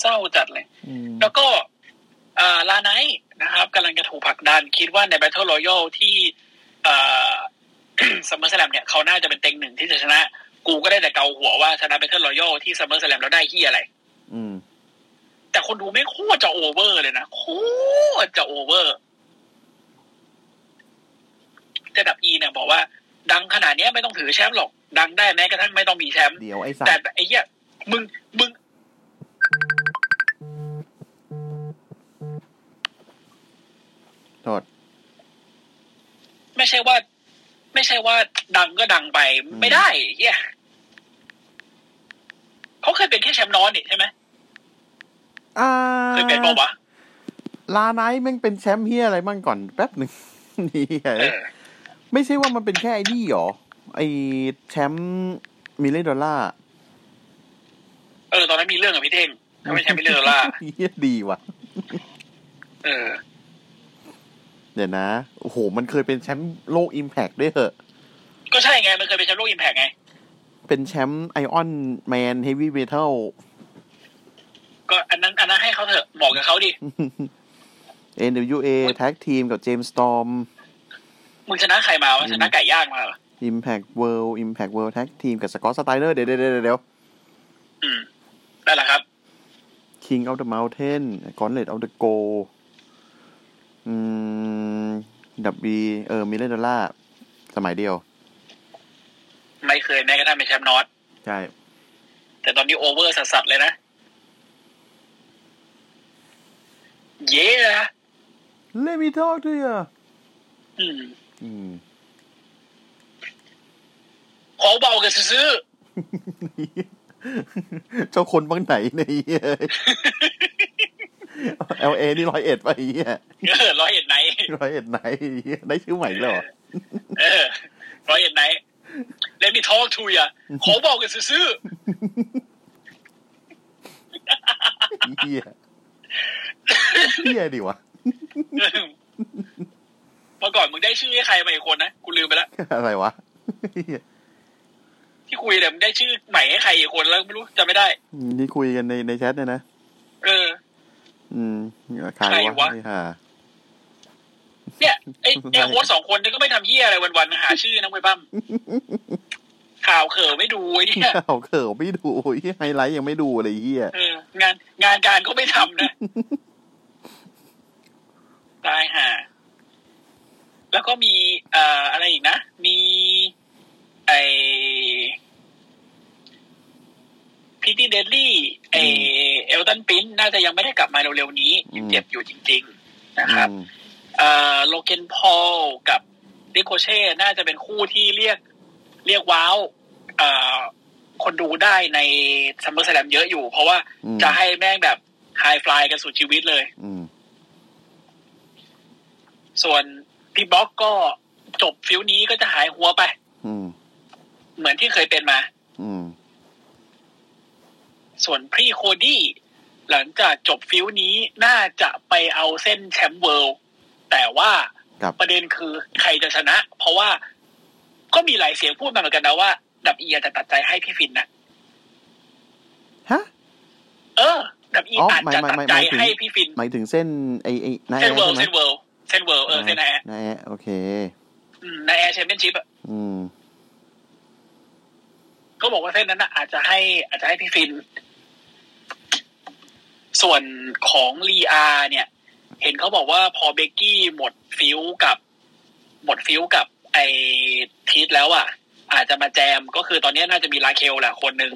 เศร้าจัดเลย อืม แล้วก็อ่าลาไนท์นะครับกำลังจะถูกผลักดัน คิดว่าใน Battle Royale ที่อ่ [coughs] า SummerSlam เนี่ย เขาน่าจะเป็นเต็งหนึ่งที่จะชนะ กูก็ได้แต่เกาหัวว่าชนะ Battle Royale ที่ SummerSlam แล้วได้ที่อะไร อืม แต่คนดูไม่งโคตรจะโอเวอร์เลยนะ โคตรจะโอเวอร์แต่ดับอีเนี่ยบอกว่า ดังขนาดเนี้ยไม่ต้องถือแชมป์หรอก ดังได้แม้กระทั่งไม่ต้องมีแชมป์ เดี๋ยวไอ้สัต แต่ ว์ ไอ้เหี้ยมึง มึง โทษ ไม่ใช่ว่า ไม่ใช่ว่าดังก็ดังไป อืม ไม่ได้ไอ้เหี้ยเขาเคยเป็นแค่แชมป์น้อยนี่ใช่ไหม อ่า เคยเป็นเปล่าวะ ลาไนท์แม่งเป็นแชมป์เฮียอะไรมั่งก่อนแป๊บหนึ่ง [laughs] นี่ไง เออ ไม่ใช่ว่ามันเป็นแค่ไอ้นี่หรอ ไอ้แชมป์มิลเลนดอลล่าร์ เออตอนนั้นมีเรื่องกับพี่เท่งถ้าไม่ใช่ไม่เรื่องละ เฮียดีว่ะ เออ เดี๋ยวนะ โอ้โห มันเคยเป็นแชมป์โลกอิมแพกด้วยเหอะ ก็ใช่ไง มันเคยเป็นแชมป์โลกอิมแพกไง เป็นแชมป์ไอออนแมนเฮฟวี่เมทั [laughs] ล ก็อันนั้นอันนั้นให้เขาเถอะบอกกับเขาดิ NWA แท็กทีมกับเจมส์สตอม มึงชนะใครมาวะ อืม ชนะไก่ย่างมาเหรอ Impact World Impact World แท็กทีมกับสกอตสไตเนอร์เดี๋ยวเดี๋ยวเดี๋ยว อืมนั่นแหละครับ King of the Mountain Gauntlet of the Gold อืมดับบีเออมิเลนดอลล่าสมัยเดียว ไม่เคยแม้กระทั่งเป็นแชมป์นอต ใช่ แต่ตอนนี้โอเวอร์สัสๆเลยนะ เย้นะ เลมิทอกด้วยอ่ะ อืม อืม ขอเบากันซื้อ [laughs] เจ้าคนบ้างไหนเนี่ยไอ้เหี้ย LA นี่ร้อยเอ็ดไปะไอ้เหี้ย ๆเออร้อยเอ็ดไหน ร้อยเอ็ดไหนไอ้เหี้ยได้ชื่อใหม่อีกแล้วเหรอ เออร้อยเอ็ดไหน Let me talk to you ขอบอกกันซื่อ เฮียเฮียดิวะ ๆเออเมื่อก่อนมึงได้ชื่อให้ใครมาอีกคนนะ กูลืมไปแล้ว อะไรวะเหี้ย ที่คุยเนี่ยมึงได้ชื่อใหม่ให้ใครอีกคนแล้วไม่รู้จำไม่ได้ นี่คุยกันในในแชทเนี่ยนะ เออ อืมใคร ใคร วะ วะ ไอ้ห่า [laughs] เนี่ยไอ้ไอ้ ใช่ โค้ชสองคนนี่ก็ไม่ทำเหี้ยอะไรวันๆหาชื่อนะเว้ยบ้ามข่าวเข่อไม่ดูไอ้เนี่ย เอาเขินไม่ดู [laughs] เฮียไฮไลท์ยังไม่ดูเลยเฮีย เอองานงานการก็ไม่ทำ [laughs] นะตายห่าแล้วก็มีเอ่ออะไรอีกนะ มีไอพิตตี้เดดลี่ไอเอลตันปินน่าจะยังไม่ได้กลับมาเร็วๆนี้ยังเจ็บอยู่จริง ๆ นะครับ อืม เอ่อโลเกนพอลกับดิโคเช่ น่าจะเป็นคู่ที่เรียกเรียกว้าวเอ่อคนดูได้ในซัมเมอร์แ a m มเยอะอยู่ เพราะว่า อืม จะให้แม่งแบบไฮฟลายกันสุดชีวิตเลย อืม ส่วนพี่บล็อกก็จบฟิวนี้ก็จะหายหัวไป อืม เหมือนที่เคยเป็นมา อืม ส่วนพรีโคดี้หลังจากจบฟิวนี้น่าจะไปเอาเส้นแชมป์เวิลด์แต่ว่า กับ ประเด็นคือใครจะชนะ เพราะว่าก็มีหลายเสียงพูดมาเหมือนกันนะว่า ดับเอียจะตัดใจให้พี่ฟินนะ ฮะ เออ ดับเอีย อ๋อ อาจจะ หมาตัดยหมาย ใจ หมายถึง ให้พี่ฟิน หมายถึงเส้นไอไอนา เซ แอน ร์ เวิล ใช่ ด์เซนไหมเวิลด์เซนเวิลด์เออเซนแอร์ นาแอร์โอเค อืมในแอร์แชมเปี้ยนชิพ อืม ก็บอกว่าเส้นนั้นนะอาจจะให้อาจจะให้พี่ฟิน ส่วนของลีอาเนี่ย เห็นเขาบอกว่าพอเบกกี้หมดฟิวกับ หมดฟิวกับไอทีทแล้วอ่ะ อาจจะมาแจมก็คือตอนนี้น่าจะมีลาเคลแหละคนหนึ่ง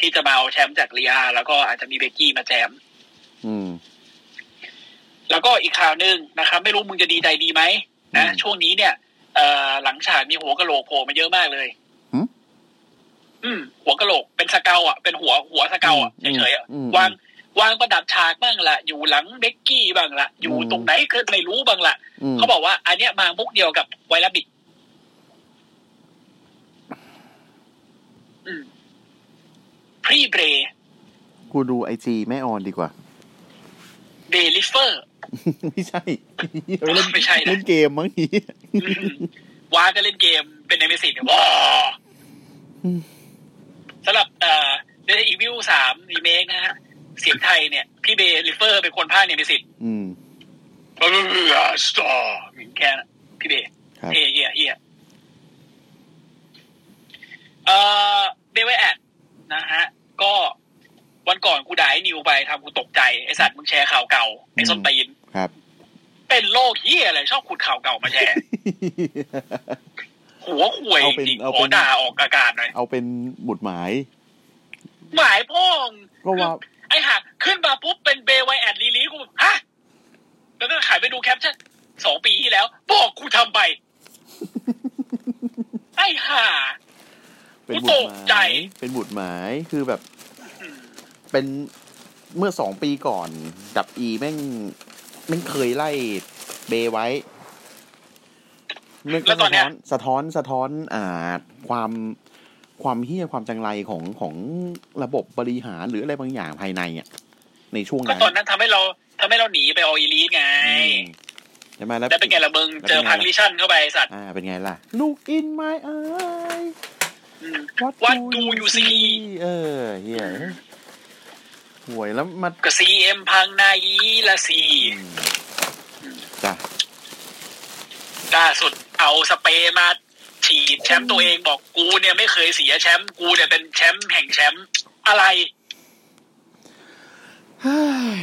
ที่จะมาเอาแชมป์จากลีอาแล้วก็อาจจะมีเบกกี้มาแจม อืม แล้วก็อีกข่าวหนึ่งนะครับ ไม่รู้มึงจะดีใจดีไหมนะ อืม ช่วงนี้เนี่ยเอ่อหลังฉากมีหัวกะโหลกโผล่มาเยอะมากเลย หืม อืม หัวกะโหลกเป็นสเกลอ่ะเป็นหัวหัวสเกลอ่ะ อืม เฉยๆอะ อืม วางวางประดับฉากบ้างละอยู่หลังเบกกี้บ้างละอยู่ อืม ตรงไหนก็ไม่รู้บ้างละ อืม เขาบอกว่า อันเนี้ยมามุกเดียวกับไวรัสบิดอืมพรีเบร กูดูไอจีแม่ออนดีกว่า [laughs] เบลิเฟอร์ ไม่ใช่ [laughs] ไม่ใช่นะ เล่นเกมมั้ง [laughs] นี้ อืม [laughs] ว้าก็เล่นเกมเป็นเนมิสิตว้า อืม สำหรับเอ่อเดนอีวิวสามรีเมคนะฮะเสียงไทยเนี่ย พี่เบย์ลิฟเฟอร์เป็นคนพากย์เนมิสิต อืม เออสตอร์แค่นั้นพี่เบย์ ครับ เฮียเฮียเฮียเอ่อเดวแอดนะฮะ ก็วันก่อนกูด่าไอ้นิวไปทำกูตกใจ ไอสัตว์มึงแชร์ข่าวเก่า ไอส้นตีน ครับ [laughs] เป็นโลกเฮียอะไรชอบขุดข่าวเก่ามาแชร์ หัวขวย เอาเป็น จริง เอา ข เป็ อน ด่าออกอากาศหน่อย เอาเป็นบุตรหมาย หมายพ่อง ก็ว่า คือไอ้ห่าขึ้นมาปุ๊บเป็นเบวายแอดลีลีกูแบบฮะ แล้วก็ขายไปดูแคปชั่นสองปีที่แล้ว บอกกูทำ [laughs] ไป ไอ้ห่า เป็น กู บุตร ตก ห ใจ มายเป็นบุตรหมายคือแบบ เป็นเมื่อสองปีก่อนกับอีแม่งแม่งเคยไล่เบไว้แม่งก็ แล้วตอนเนี้ย สะท้อนสะท้อนสะท้อนอ่าความความเฮี้ยความจังไรของของระบบบริหารหรืออะไรบางอย่างภายในอ่ะในช่วง ก็ นั้น ตอนนั้นทำให้เราทำให้เราหนีไปออลีทไง อืมใช่ไหมแล้ว แล้วเป็นไงละเบิง แล้วเป็นไงล่ะ เจอพังลิชั่นเข้าไปไอ้สัตว์ อ่า เป็นไงล่ะ Look in my eye อืม What, What do do you you see see? เออเฮียห่วยแล้วมา ก็ซีเอ็มพังนายีละซี จ้ะ ล่าสุดเอาสเปรย์มาฉีดแชมป์ตัวเองบอกกูเนี่ยไม่เคยเสียแชมป์กูเนี่ยเป็นแชมป์แห่งแชมป์อะไร เฮ้ย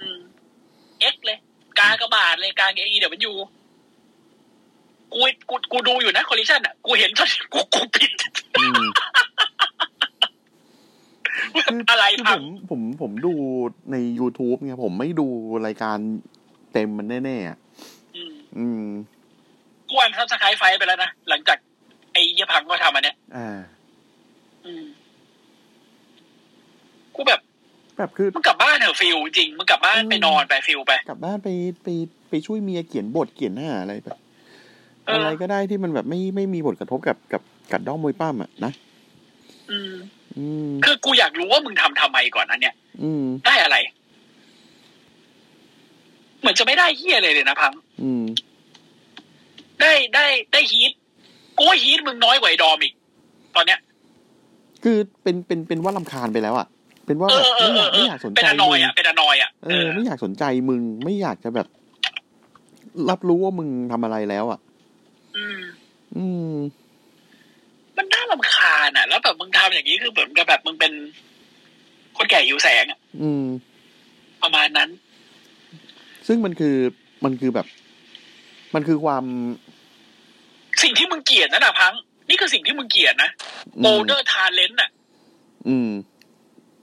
อืมเอ็กซ์เลย กากระบาดเลยกาเอีเดี๋ยวมันอยู่กูกูกูดูอยู่นะคอลลิชันอ่ะ กูเห็นตอนกูกูผิด อืม อะไร คือ พั ผ ง มผมผมดูใน YouTube ไงผมไม่ดูรายการเต็มมันแน่ๆอ่ะ อืม อืม กูอ่านซับสไครต์ไฟล์ไปแล้วนะ หลังจากไอ้เหี้ยพังก็ทำอันเนี้ย อ่า อืมกูแบบ แบบคือ มึงกลับบ้านเถอะฟิลจริงมึงกลับบ้านไปนอนไปฟิลไป กลับบ้านไปไปไปช่วยเมียเขียนบทเขียนหน้าอะไรแบบ เอออ อะไรก็ได้ที่มันแบบไม่ไม่มีผลกระทบกับกับกับด้อมมวยป้ามอ่ะนะ อืม อืม คือกูอยากรู้ว่ามึงทำทำไมก่อนอันเนี้ย อืม ได้อะไร เหมือนจะไม่ได้เฮียเลยเลยนะพัง อืม ได้ได้ได้ฮีทกูว่าฮีทมึงน้อยกว่าไอ้ดอมอีก ตอนเนี้ย คือเป็นเป็นเป็นว่าลำคาญไปแล้วอ่ะ เป็นว่า เอ แบอบเอ ไม่ อเอยอกเออาไม่ อ อยากสนใจ เป็นอนอย มึง อ่ะ เป็นอนอยอ่ะ เออไม่อยากสนใจมึงไม่อยากจะแบบ รับรู้ว่ามึงทำอะไรแล้วอ่ะ อืม อืม มันน่ารำคาญอ่ะ แล้วแบบมึงทำอย่างนี้คือเหมือนกับแบบมึงเป็นคนแก่หิวแสงอ่ะ อืม ประมาณนั้น ซึ่งมันคือมันคือแบบ มันคือความ สิ่งที่มึงเกลียดนะนะพัง นี่คือสิ่งที่มึงเกลียดนะ อืม โอเดอร์ทาเลนต์อ่ะ อืม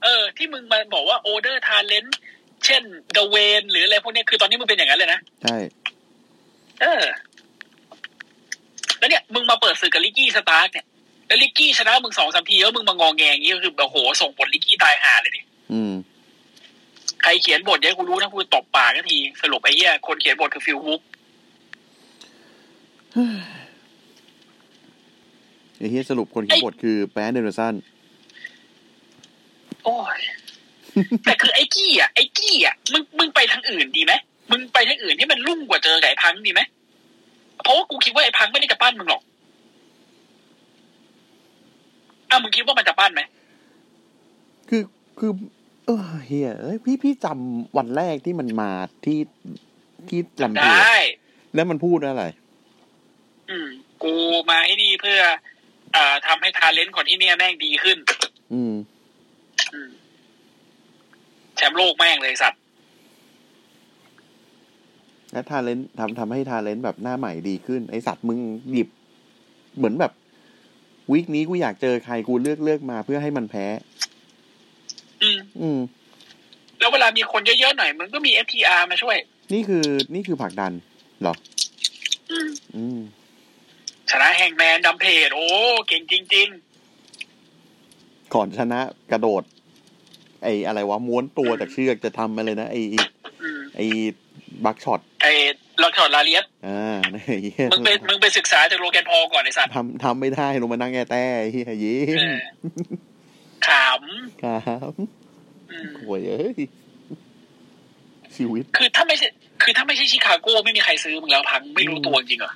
เออ ที่มึงมาบอกว่าโอเดอร์ทาเลนต์เช่นเดเวนหรืออะไรพวกเนี้ยคือตอนนี้มึงเป็นอย่างนั้นเลยนะ ใช่ เออ แล้วเนี่ย มึงมาเปิดศึกกับลิกกี้สตาร์กเนี่ย แล้วลิกกี้ชนะมึงสองสามทีแล้วมึงมางองแงอย่างนี้ก็คือแบบโหส่งผลลิกกี้ตายห่าเลยดิ อืม ใครเขียนบทเนี่ยกูรู้นะกูตบปากกันที สรุปไอ้เหี้ยคนเขียนบทคือฟิลบุ๊ก ไอ้เฮียสรุปคนเขียนบทคือแบรนด์เดนเดอร์สัน โอ้ย แต่คือไอ้กี้อ่ะไอ้กี้อ่ะมึงมึงไปทางอื่นดีไหมมึงไปทางอื่นที่มันรุ่งกว่าเจอกับไอ้พังดีไหมเพราะว่ากูคิดว่าไอ้พังไม่ได้จะปั้นมึงหรอกอ่ะมึงคิดว่ามันจะปั้นไหม คือคือ เออเฮียเอ้ยพี่พี่จำวันแรกที่มันมาที่ที่ลำ ได เบียง้ แล้วมันพูดอะไร อืม กูมาให้นี่เพื่อ อ่าทำให้ทาเลนต์คนที่เนี่ยแม่งดีขึ้น อืม อืมแชมป์โลกแม่งเลยสัตว์ และทาเลนทำทำให้ทาเลนแบบหน้าใหม่ดีขึ้น ไอสัตว์มึงหยิบ เหมือนแบบวีคนี้กูอยากเจอใครกูเลือกเลือกมาเพื่อให้มันแพ้ อืม อืม แล้วเวลามีคนเยอะๆหน่อยมันก็มี FTR มาช่วย นี่คือนี่คือผลักดันเหรอ อืม อืม ชนะแฮงแมนดัมเพจโอ้ เก่งจริง ก่อนชนะกระโดด ไออะไรวะม้วนตัวจากเชือกจะทำอะไรนะไอ ๆ อืม ไอบักช็อต ไอ้ล็อกช็อตลาเลียส อ่า [laughs] ไอ้เหี้ย มึงไปมึงไปศึกษาจากโลแกนพอลก่อนไอ้สัตว์ ทำทำไม่ได้ลงมานั่งแอแต้ไอ้เหี้ยยิ้ เอ ม อข ครับ ำอืม โวยเอ้ยชีวิต คือถ้าไม่ใช่ คือถ้าไม่ใช่ชิคาโก้ไม่มีใครซื้อมึงแล้วพังไม่รู้ตัวจริงเหรอ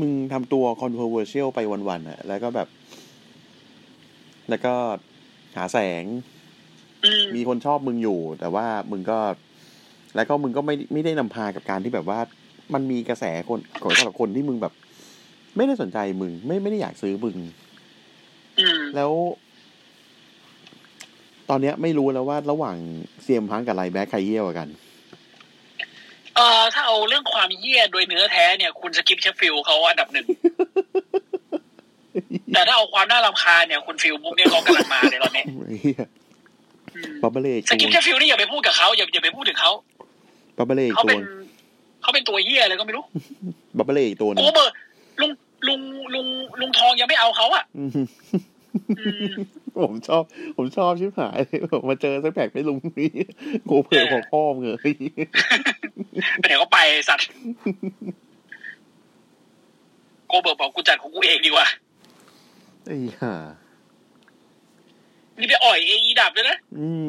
มึงทำตัว controversial ไปวันๆอะแล้วก็แบบ แล้วก็หาแสง อืม มีคนชอบมึงอยู่ แต่ว่ามึงก็ แล้วก็มึงก็ไม่ไม่ได้นำพากับการที่แบบว่า มันมีกระแสคนของสำหรับคนที่มึงแบบ ไม่ได้สนใจมึง ไม่ไม่ได้อยากซื้อมึง อืม แล้ว ตอนเนี้ยไม่รู้แล้วว่าระหว่างเซียมพังกับไลแบ็คใครเยี่ยกวากัน [laughs] เออถ้าเอาเรื่องความเหี้ยโดยเนื้อแท้เนี่ย คุณสกิปเชฟฟิลด์เขาอันดับห [laughs] นึ่ง แต่ถ้าเอาความน่ารำคาญเนี่ย คุณฟิลบุ๊กเนี่ยเขากำลังมาเลยตอนนี้ ไอ้เหี้ย อืม บับเบลเล ส จ กิป วน เชฟฟิลด์นี่อย่าไปพูดกับเขาอย่าอย่าไปพูดถึงเขา บับเบลเล เขา จว เป็น น เขาเป็นตัวเหี้ยอะไรก็ไม่รู้ บับเบลเลอีกตัวหนึ โก ง เบอร์ลุงลุงลุงลุงทองยังไม่เอาเขาอ่ะ อืม อืม ผมชอบ ผมชอบชิบหาย [laughs] เลยผมมาเจอสักแผกไม่ลุงนี่ [laughs] โกเผื่อ เออ หัวข้อมงเลย ไปไหนก็ไปไอ้สัตว์โกเบอร์บอกกูจัดของกูเองดีกว่า [laughs] ไอ้ห่า นี่ไปอ่อยเออีดับเลยนะ อืม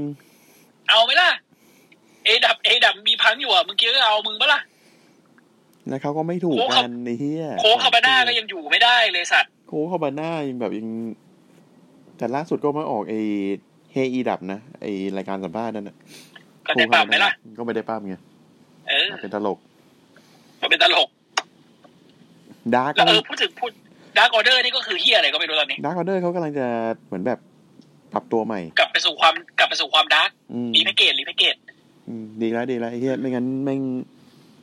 เอาไหมล่ะเอดับเอดับมีพังอยู่อ่ะมึงเกี้ก็เอามึงปะล่ะ แล้วเขาก็ไม่ถูก โค้ก กั คา นไอ้เหี้ย โค้กคาบาน่าก็ยังอยู่ไม่ได้เลยสัตว์ โค้กคาบาน่ายังแบบยัง แต่ล่าสุดก็มาออกไอ้เฮอีดับนะไอ้รายการสัมภาษณ์นั่นน่ะ ก็ได้ปั๊มไหมล่ะ โค้กคาบาน่าก็ไม่ได้ปั้มไง เออ เป็นตลก มันเป็นตลก ดาร์ก แล้วเออพูดถึงพูดดาร์กออเดอร์นี่ก็คือเฮียอะไรก็ไม่รู้ตอนนี้ ดาร์กออเดอร์เขากำลังจะเหมือนแบบปรับตัวใหม่ กลับไปสู่ความกลับไปสู่ความดาร์ก อืม รีแพคเกจรีแพคเกจ อืมดีแล้วดีแล้วไอ้เหี้ยไม่งั้นแม่ง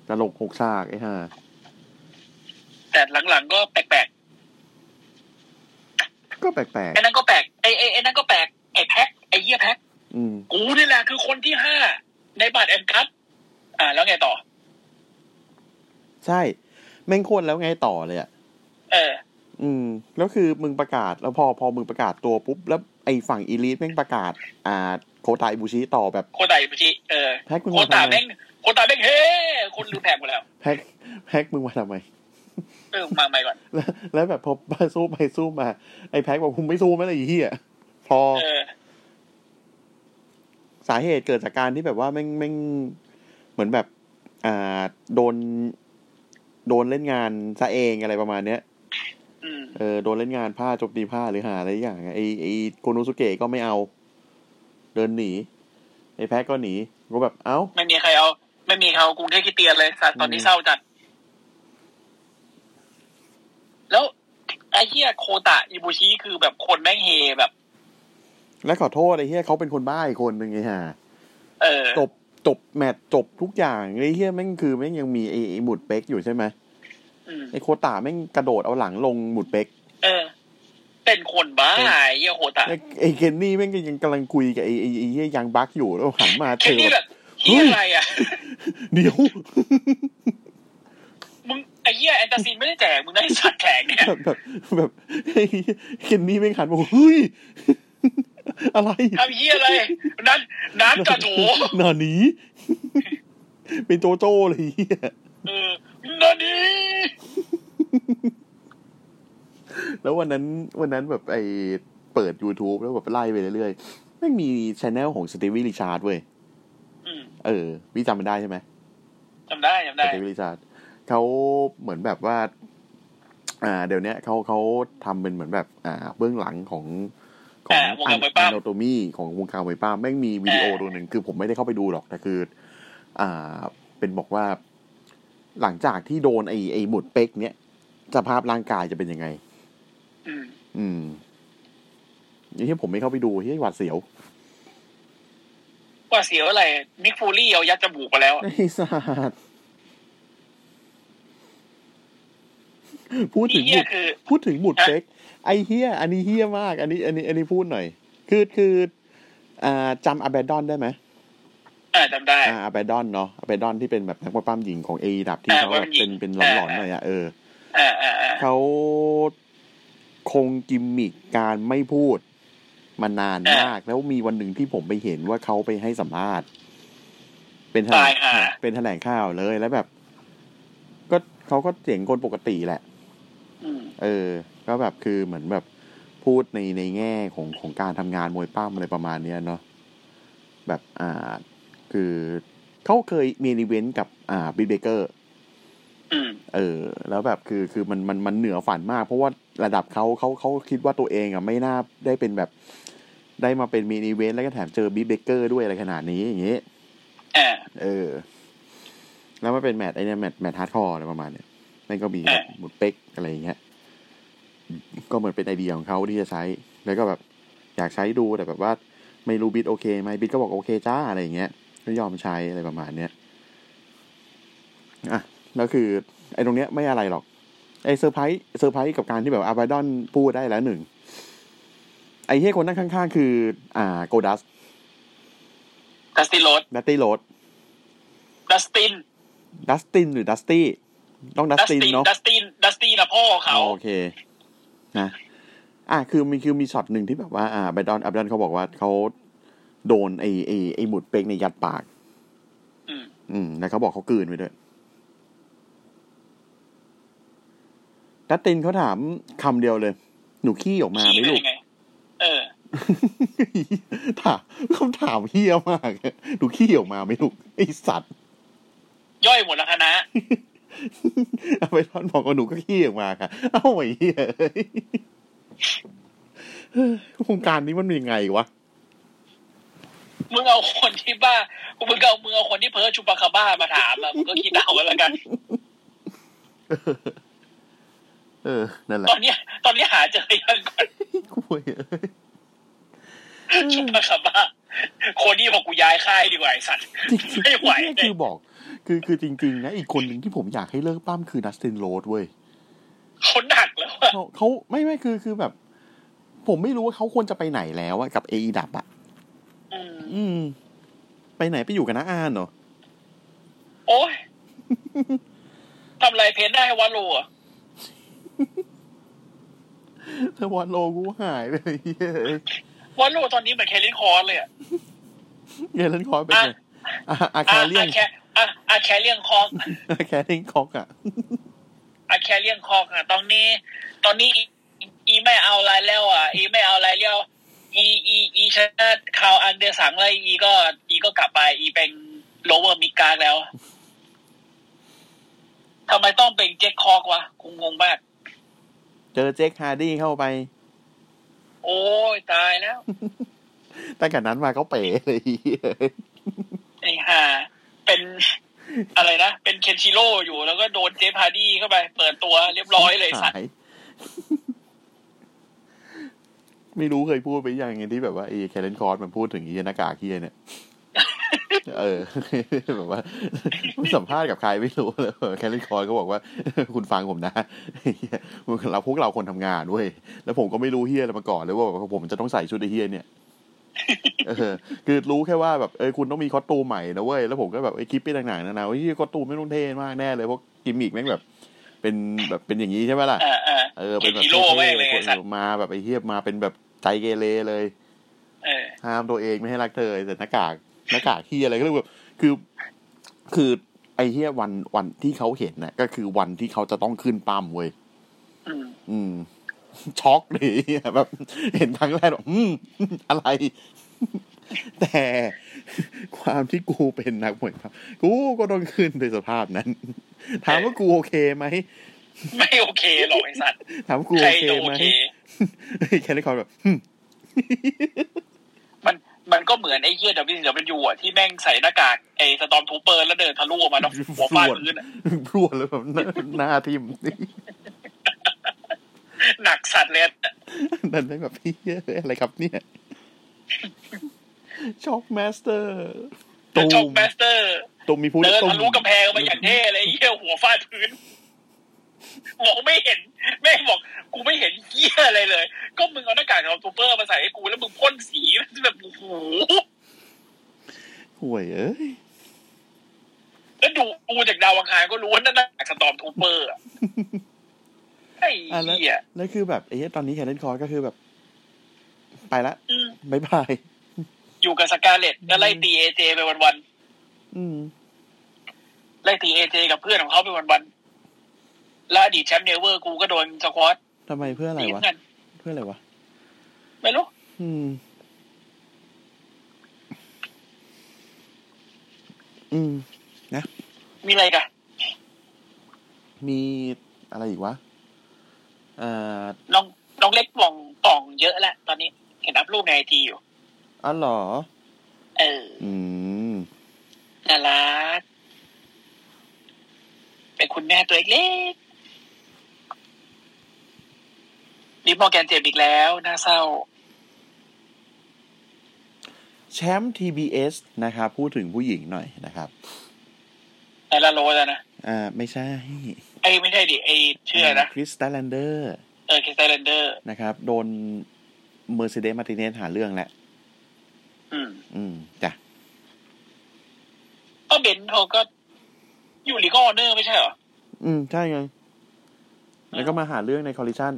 ตลกหกฉากไอ้ห่า แต่หลังๆก็แปลก ก็แปล ๆ ก ไอ้นั่นก็แปลกไอ้ไอ้ไอ้นั่นก็แปลกไอ้แพ็คไอ้เฮียแพ็ค ๆอืม กูนี่แหละคือคนที่ห้าในบัตรแอนคัตอ่า แล้วไงต่อ ใช่ แม่งโคตรแล้วไงต่อเลยอ่ะ เออ อืม แล้วคือมึงประกาศแล้วพอพอมึงประกาศตัวปุ๊บ แล้วไอ้ฝั่งอีลิทแม่งประกาศ อ่า โคตาอิบูชิต่อแบบ โคตาอิบุชิเออ แพ็คมึง โค มา ตา ทำไม แม่งโคตาแม่งเฮ้คนลืมแพ็คหมดแล้ว แพ็คแพ็คมึงมาทำไม เออมาใหม่ก่อน แล้วแล้วแบบพอสู้ไปสู้มา ไอ้แพ็คบอกผมไม่สู้ไม่เลยไอ้เหี้ยพอ เออ สาเหตุเกิดจากการที่แบบว่าแม่งแม่งเหมือนแบบ อ่า โดน โดนเล่นงานซะเองอะไรประมาณเนี้ย อืม เออโดนเล่นงานผ้าโจบตีผ้าหรือหาอะไรอย่างอะไอไอโกโนสุเกะก็ไม่เอา เดินหนีไอแพ็กก็หนีก็แบบเอ้า ไม่มีใครเอา ไม่มีใครเอากรุงเทพคริสเตียนเลยสัตว์ตอนนี้ อืม เศร้าจัด แล้วไอ้เฮียโคตะอิบุชิคือแบบคนแม่งเฮแบบ แล้วขอโทษไอเฮียเขาเป็นคนบ้าอีกคนหนึ่งไงฮะ เออ จบจบแมตช์จบทุกอย่างไอเฮียแม่งคือแม่งยังมีไอไอหมุดเป๊กอยู่ใช่ไหม อืม ไอโคตาแม่งกระโดดเอาหลังลงหมุดเป๊ก เออ เป็นคนบ้าไอ้เฮียโคตะ ไอ้ไอเคนนี่แม่งก็ยังกำลังคุยกับไอไอไอเฮียยังบักอยู่แล้วหันมา เคน เจอ นี่ แบ แบบ บเฮียอะไรอ่ะ เดี๋ยว [laughs] มึงไอ้เฮียแอนตาซินไม่ได้แจกมึงได้สัตว์แขกเนี่ย แบบแบบแบบ [laughs] ไอ้เหี้ยเคนนี่แม่งหันมาบอกเฮ้ย [laughs] อะไร ทำเฮียอะไร นั้นน้ำกระโถ ห [laughs] นาหนีเป็นโจโจ้เลยเหี้ย เออนั่นนี่ แล้ววันนั้นวันนั้นแบบไอเปิด YouTube แล้วแบบไล่ไปเรื่อยๆไม่งมีช anel ของสตีวีริชาร์ดเว้ย อืม เออพี่จำมันได้ใช่ไหม จำได้จำ ส ได้ ตีวีริชาร์ดเขาเหมือนแบบว่า อ่า เดี๋ยวเนี้ยเขาเขาทำเป็นเหมือนแบบ อ่า เบื้องหลังของของ อ่าวงการมวยปล้ำ โนโตมีของวงการมวยปล้ามแม่งมีวิดีโอตัวหนึ่งคือผมไม่ได้เข้าไปดูหรอกแต่คือ อ่า เป็นบอกว่า หลังจากที่โดนไอไอหมุดเป๊กเนี้ย สภาพร่างกายจะเป็นยังไง อืม อืมนี่ที่ผมไม่เข้าไปดูเฮ้ยหวาดเสียว ว่าเสียวอะไรมิกฟูรี่เอายัดจมูกไปแล้วอะ ไอ้สัตว์พูดถึ นี่ งห เหี้ มุ ย ด คือ พูดถึงหมุด ฮะ เซ็กไอเฮียอันนี้เฮียมาก อันนี้ อันนี้ อันนี้พูดหน่อย คือคืออ่าจำอ b บดอนได้ไหม อ่าจำได้ อ่าอ b บดอนเนาะอ b บดอนที่เป็นแบบนักมวยปล้ำหญิงของเอดับที่ อ่า เขาแบบ มวยปล้ำหญิ เป็น ง เป็นห อ่า ลอนๆหน่อยอะเออ อ่าอ่าอ่า เขาคงกิมมิกการไม่พูดมานานมาก แล้วมีวันหนึ่งที่ผมไปเห็นว่าเขาไปให้สัมภาษณ์เป็นแถล ตาย ง หา เป็นแถลงข่าวเลยแล้วแบบ ก็เขาก็เสียงคนปกติแหละ อืม เออ ก็แบบคือเหมือนแบบพูดในในแง่ของของการทำงานมวยป้ามอะไรประมาณเนี้ยเนาะ แบบอ่า คือเขาเคยมีอีเวนต์กับอ่าบิเบเกอร์ อืม เออ แล้วแบบคือคือมันมันมันเหนือฝันมาก เพราะว่าระดับเขาเขาเขาคิดว่าตัวเองอ่ะไม่น่าได้เป็นแบบ ได้มาเป็นมีอีเวนต์แล้วก็แถมเจอบิเบเกอร์ด้วยอะไรขนาดนี้อย่างเงี้ อ่า เออ แล้วมันเป็นแมตช์ไอเนี่ยแมตช์แมตช์ฮาร์ดคอร์อะไรประมาณเนี่ยนั่นก็มี เออ หมุดเป๊กอะไรอย่างเงี้ย ก็เหมือนเป็นไอเดียของเขาที่จะใช้ แล้วก็แบบ อยากใช้ดูแต่แบบว่า ไม่รู้บิดโอเคไหมบิดก็บอกโอเคจ้าอะไรอย่างเงี้ยก็ยอมใช้อะไรประมาณเนี้ยอ่ะแล้วคือ ไอตรงเนี้ยไม่อะไรหรอก ไอเซอร์ไพรส์เซอร์ไพรส์กับการที่แบบอาบาดอนพูดได้แล้วหนึ่ง ไอเฮียคนนั่งข้างๆ คือ อ่า โกดัส ดัสตินโรด ดัตตี้โรด ดัสติน ดัสตินหรือดัสตี้ต้องดัส ดัส ติน ติน เนาะ ดัสติน ดัสตินนะพ่อเขา อ๋อโอเคนะอ่ะคือมีคือมีช็อตหนึ่งที่แบบว่า อ่าไบดอนอับดอนเขาบอกว่าเขาโดนไอไอไอหมุดเป๊กในยยัดปาก อืม อืมแล้วเขาบอกเขากลืนไปด้วยดัสตินเขาถามคำเดียวเลย หนูขี้ออกมาไหม ขี้เป็น ลูก ยังไง เออ ถามคำถามเฮี้ยมากหนูขี้ออกมาไหมลูกไอสัตว์ ย่อยหมดแล้วคณะ [laughs] [laughs] เอาไปทอนบอกว่าหนูก็ขี้ออกมาค่ะ เอ้าไอ้เหี้ยเอ้ย [laughs] โครงการนี้มันเป็นยังไงวะ มึงเอาคนที่บ้า มึงเอามึงเอาคนที่เพ้อชุปาคาบ้ามาถามอะมึงก็คิดเอากัน [laughs] แล้วกัน เออ นั่นตแหละ [laughs] อนเนี้ยตอนเนี้ยหาเจอยังก่อน กูเว้ยเอ้ย ชุปาคาบ้า คนนี้บอกกูย้ายค่ายดีกว่าไอ้สัตว์ ไม่ไหว เนี่ยคือบอก คือคือจริง ๆ นะ อีกคนหนึ่งที่ผมอยากให้เลิกปั้มคือดัสตินโรดเว้ย คนหนักแล้วอะ เขาเขาไม่ไม่คือคือแบบ ผมไม่รู้ว่าเขาควรจะไปไหนแล้วอะกับเอดับอะ อืม อืม ไปไหนไปอยู่กับน้าอานเหรอ โอ้ย [laughs] ทำไรเพนได้ให้วัลโลอะ เธอวันโลกูหายไปเลยเหี้ยเอ้ย วัลโลตอนนี้เหมือนแคลรินคอร์สเลยอะ เยเลนคอยเป็นไงอ่ะอา อะ แคเลียน อะแคอะอะแคเลียงคอก อาแคเลียนคอกอะ อะแคเลียงคอกอะตอนนี้ ตอนนี้อีอีไม่เอาอะไรแล้วอ่ะ อีไม่เอาอะไรแล้ว อีอีอีชนะคาวอันเดอร์สังแล้วอีก็ อีก็กลับไป อีเป็นโลเวอร์มิกาแล้วทำไมต้องเป็นเจ็คคอกวะกูงงมาก เจอเจคฮาร์ดี้เข้าไป โอ้ยตายแล้ว ตั้งแต่นั้นมาเขาเป๋เลยเหี้ย ไอ้ห่าเป็นอะไรนะ เป็นเคนชิโร่อยู่แล้วก็โดนเจฟฮาร์ดี้เข้าไป เปิดตัวเรียบร้อยเลยสัตว์ หา [laughs] ไม่รู้เคยพูดไปยังไงที่แบบว่าไอ้แคลรนคอร์สมันพูดถึงไอ้หน้ากากเฮียเนี่ย [laughs] เออ [laughs] แบบว่า [laughs] สัมภาษณ์กับใครไม่รู้แล้วแคลรนคอร์สก็บอกว่า [laughs] คุณฟังผมนะ [laughs] เหี้ยเราพวกเราคนทำงานเว้ยแล้วผมก็ไม่รู้เฮียอะไรมาก่อนเลยว่าแบบผมจะต้องใส่ชุดไอ้เฮีย [laughs] เนี่ย เออคือรู้แค่ว่าแบบเออคุณต้องมีคอสตูมใหม่นะเว้ยแล้วผมก็แบบไอ้ยคลิปไปต่างๆนานาว่าที่คอสตูมไม่ต้องเท่มากแน่เลยเพราะกิมมิกแม่งแบบ เป็นแบบเป็นอย่างนี้ใช่ไหมล่ะ เออเออ เออ เค เป็น น แบบ ชิโร่แม่งเลย เท่ ไอ้ ๆ สัตว์ มาแบบไอ้เทียบมาเป็นแบบใจเกเรเลย เออ ห้ามตัวเองไม่ให้รักเธอแต่หน้ากากหน้ากากเฮียอะไรก็เลยแบบคือ คือไอ้เฮียวันวันที่เขาเห็นน่ะ ก็คือวันที่เขาจะต้องขึ้นปั๊มเว้ย อืม อืม ช็อกเลยเหี้ยแบบ เห็นครั้งแรกแบบอืมอะไร แต่ความที่กูเป็นนักมวยครับกูก็ต้องขึ้นในสภาพนั้น ถามว่ากูโอเคไหม ไม่โอเคหรอกไอ้สัตว์ ถามว่ากู ใคร โอเค จะโอ ไหม เค แค่ได้ความแบบ มัน มันก็เหมือนไอ้เหี้ย w ดี๋ยวมันอยู่อ่ะ ที่แม่งใส่หน้ากากไอ้สตอมทู [laughs] เปอร์แล้วเดินทะลุออกมาแล้วหัวฟาดพื้นอะ พรวดเลยแบบหน้าหน้าทิ่ม หนักสัตว์เลยอะ ดันไปแบบพี่เยอะอะไรครับเนี่ยช็อกมาสเตอร์ตู ช็อก ม แมสเตอร์ ตูมมีพูด เดิน ตูม ทะลุกำแพงมาอย่างเท่เลยไอ้เหี้ยหัวฟาดพื้นมองไม่เห็น แม่งบอก กูไม่เห็นเหี้ยอะไรเลย ก็มึงเอาหน้ากากของซูเปอร์มาใส่ให้กูแล้วมึงพ่นสีแบบโอ้โห ห่วยเอ้ย แล้วดูกูจากดาวอังคารก็รู้ว่านั่นหน้ากากสตอมทูเปอ [laughs] ร์อะไอ้ อ่ะแล้ว เหี้ย แล้วคือแบบไอ้เหี้ยตอนนี้แคเรนคอร์ก็คือแบบ ไปละ อืม บายบาย อยู่กับสกาเลตก็ไล่ตีเอเจไปวัน อืม ๆไล่ตีเอเจกับเพื่อนของเขาไปวันๆแล้วอดีตแชมป์เนเวอร์กูก็โดนสควอต ทำไมเพื่ออะไร ตีเหมื วะ อนกัน เพื่ออะไรวะ ไม่รู้ อืม อืม มีอะไรกัน มีอะไรอีกวะ เอ่อ น้องน้องเล็กป่องป่องเยอะแล้วตอนนี้เห็นอัพรูปในไอทีอยู่ อ๋อเหรอ เออ อืม น่ารักเป็นคุณแม่ตัวเล็กลิฟมอร์แกนเจ็บอีกแล้ว น่าเศร้า แชมป์ TBS นะครับ พูดถึงผู้หญิงหน่อยนะครับ แต่ละโลแล้วนะ อ่า ไม่ใช่ ไอ้ยไม่ใช่ดิ ไอ้เชื่อนะ คริสตัลแลนเดอร์ เออคริสไตเลนเดอร์ นะครับ โดนเมอร์เซเดสมาติเนสหาเรื่องแหละ อืม อืม จ้ะ ก็เบนเขาก็อยู่ลีกออเนอร์ไม่ใช่เหรอ อืม ใช่ไง แล้วก็มาหาเรื่องในคอลิชัน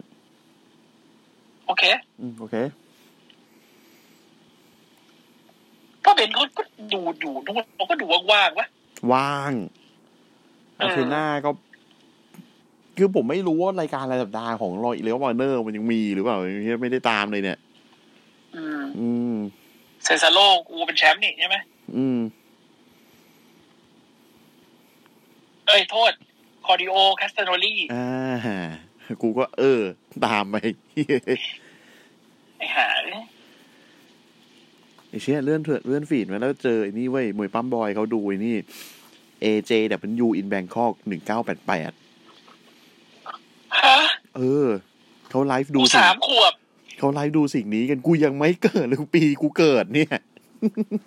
โอเค อืม โอเค ก็เบนเขาก็ดูอยู่ดูเขาก็ดูว่างๆวะ ว่าง อ่า อาเทน่าก็ คือผมไม่รู้ว่ารายการรายสัปดาห์ของรอยเลวอร์เนอร์มันยังมีหรือเปล่ายังไม่ได้ตามเลยเนี่ย อืม อืม เซซาโลกูเป็นแชมป์นี่ใช่ไหม อืม เอ้ย โทษ คอร์ดิโอคาสเตโนลี อ่า กูก็เออ ตามไป [laughs] ไอ้หาเอ้ย ไอ้เชี่ยเลื่อนเถอะเลื่อนฟีดมาแล้วเจอไอ้นี่เว้ยมวยปั้มบอยเขาดูไอ้นี่ AJ W in Bangkok หนึ่งเก้าแปดแปด ฮะ เออ เขาไลฟ์ดู กู สิ่ง สามขวบ เขาไลฟ์ดูสิ่งนี้กันกูยังไม่เกิดเลยปีกูเกิดเนี่ย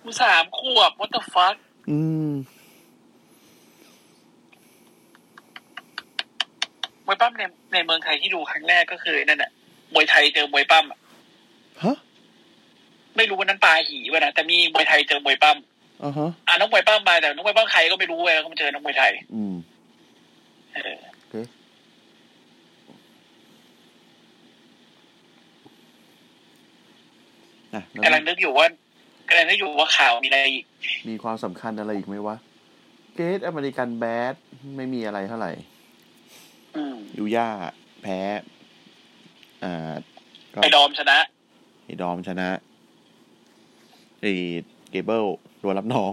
กูสามขวบ what the fuck อืม มวยปั้มในในเมืองไทยที่ดูครั้งแรกก็คือนั่นแหละมวยไทยเจอมวยปั้มอะ ฮะ ไม่รู้วันนั้นปลาหีวะนะแต่มีมวยไทยเจอมวยปั้ม อ่าฮะ อ่ะนักมวยปั้มมาแต่นักมวยปั้มใครก็ไม่รู้เว้ยแล้วก็มาเจอนักมวยไทย อืม เออ โอเค อ่ะแล้ว กำลังนึกอยู่ว่ากำลังนึกอยู่ว่าข่าวมีอะไรอีก มีความสำคัญอะไรอีกไหมวะ เกตอเมริกันแบดไม่มีอะไรเท่าไหร่ อืม ยูย่าแพ้ อ่า ก็ ไอดอมชนะ ไอ้ดอมชนะไอ้เกเบิลโดนรับน้อง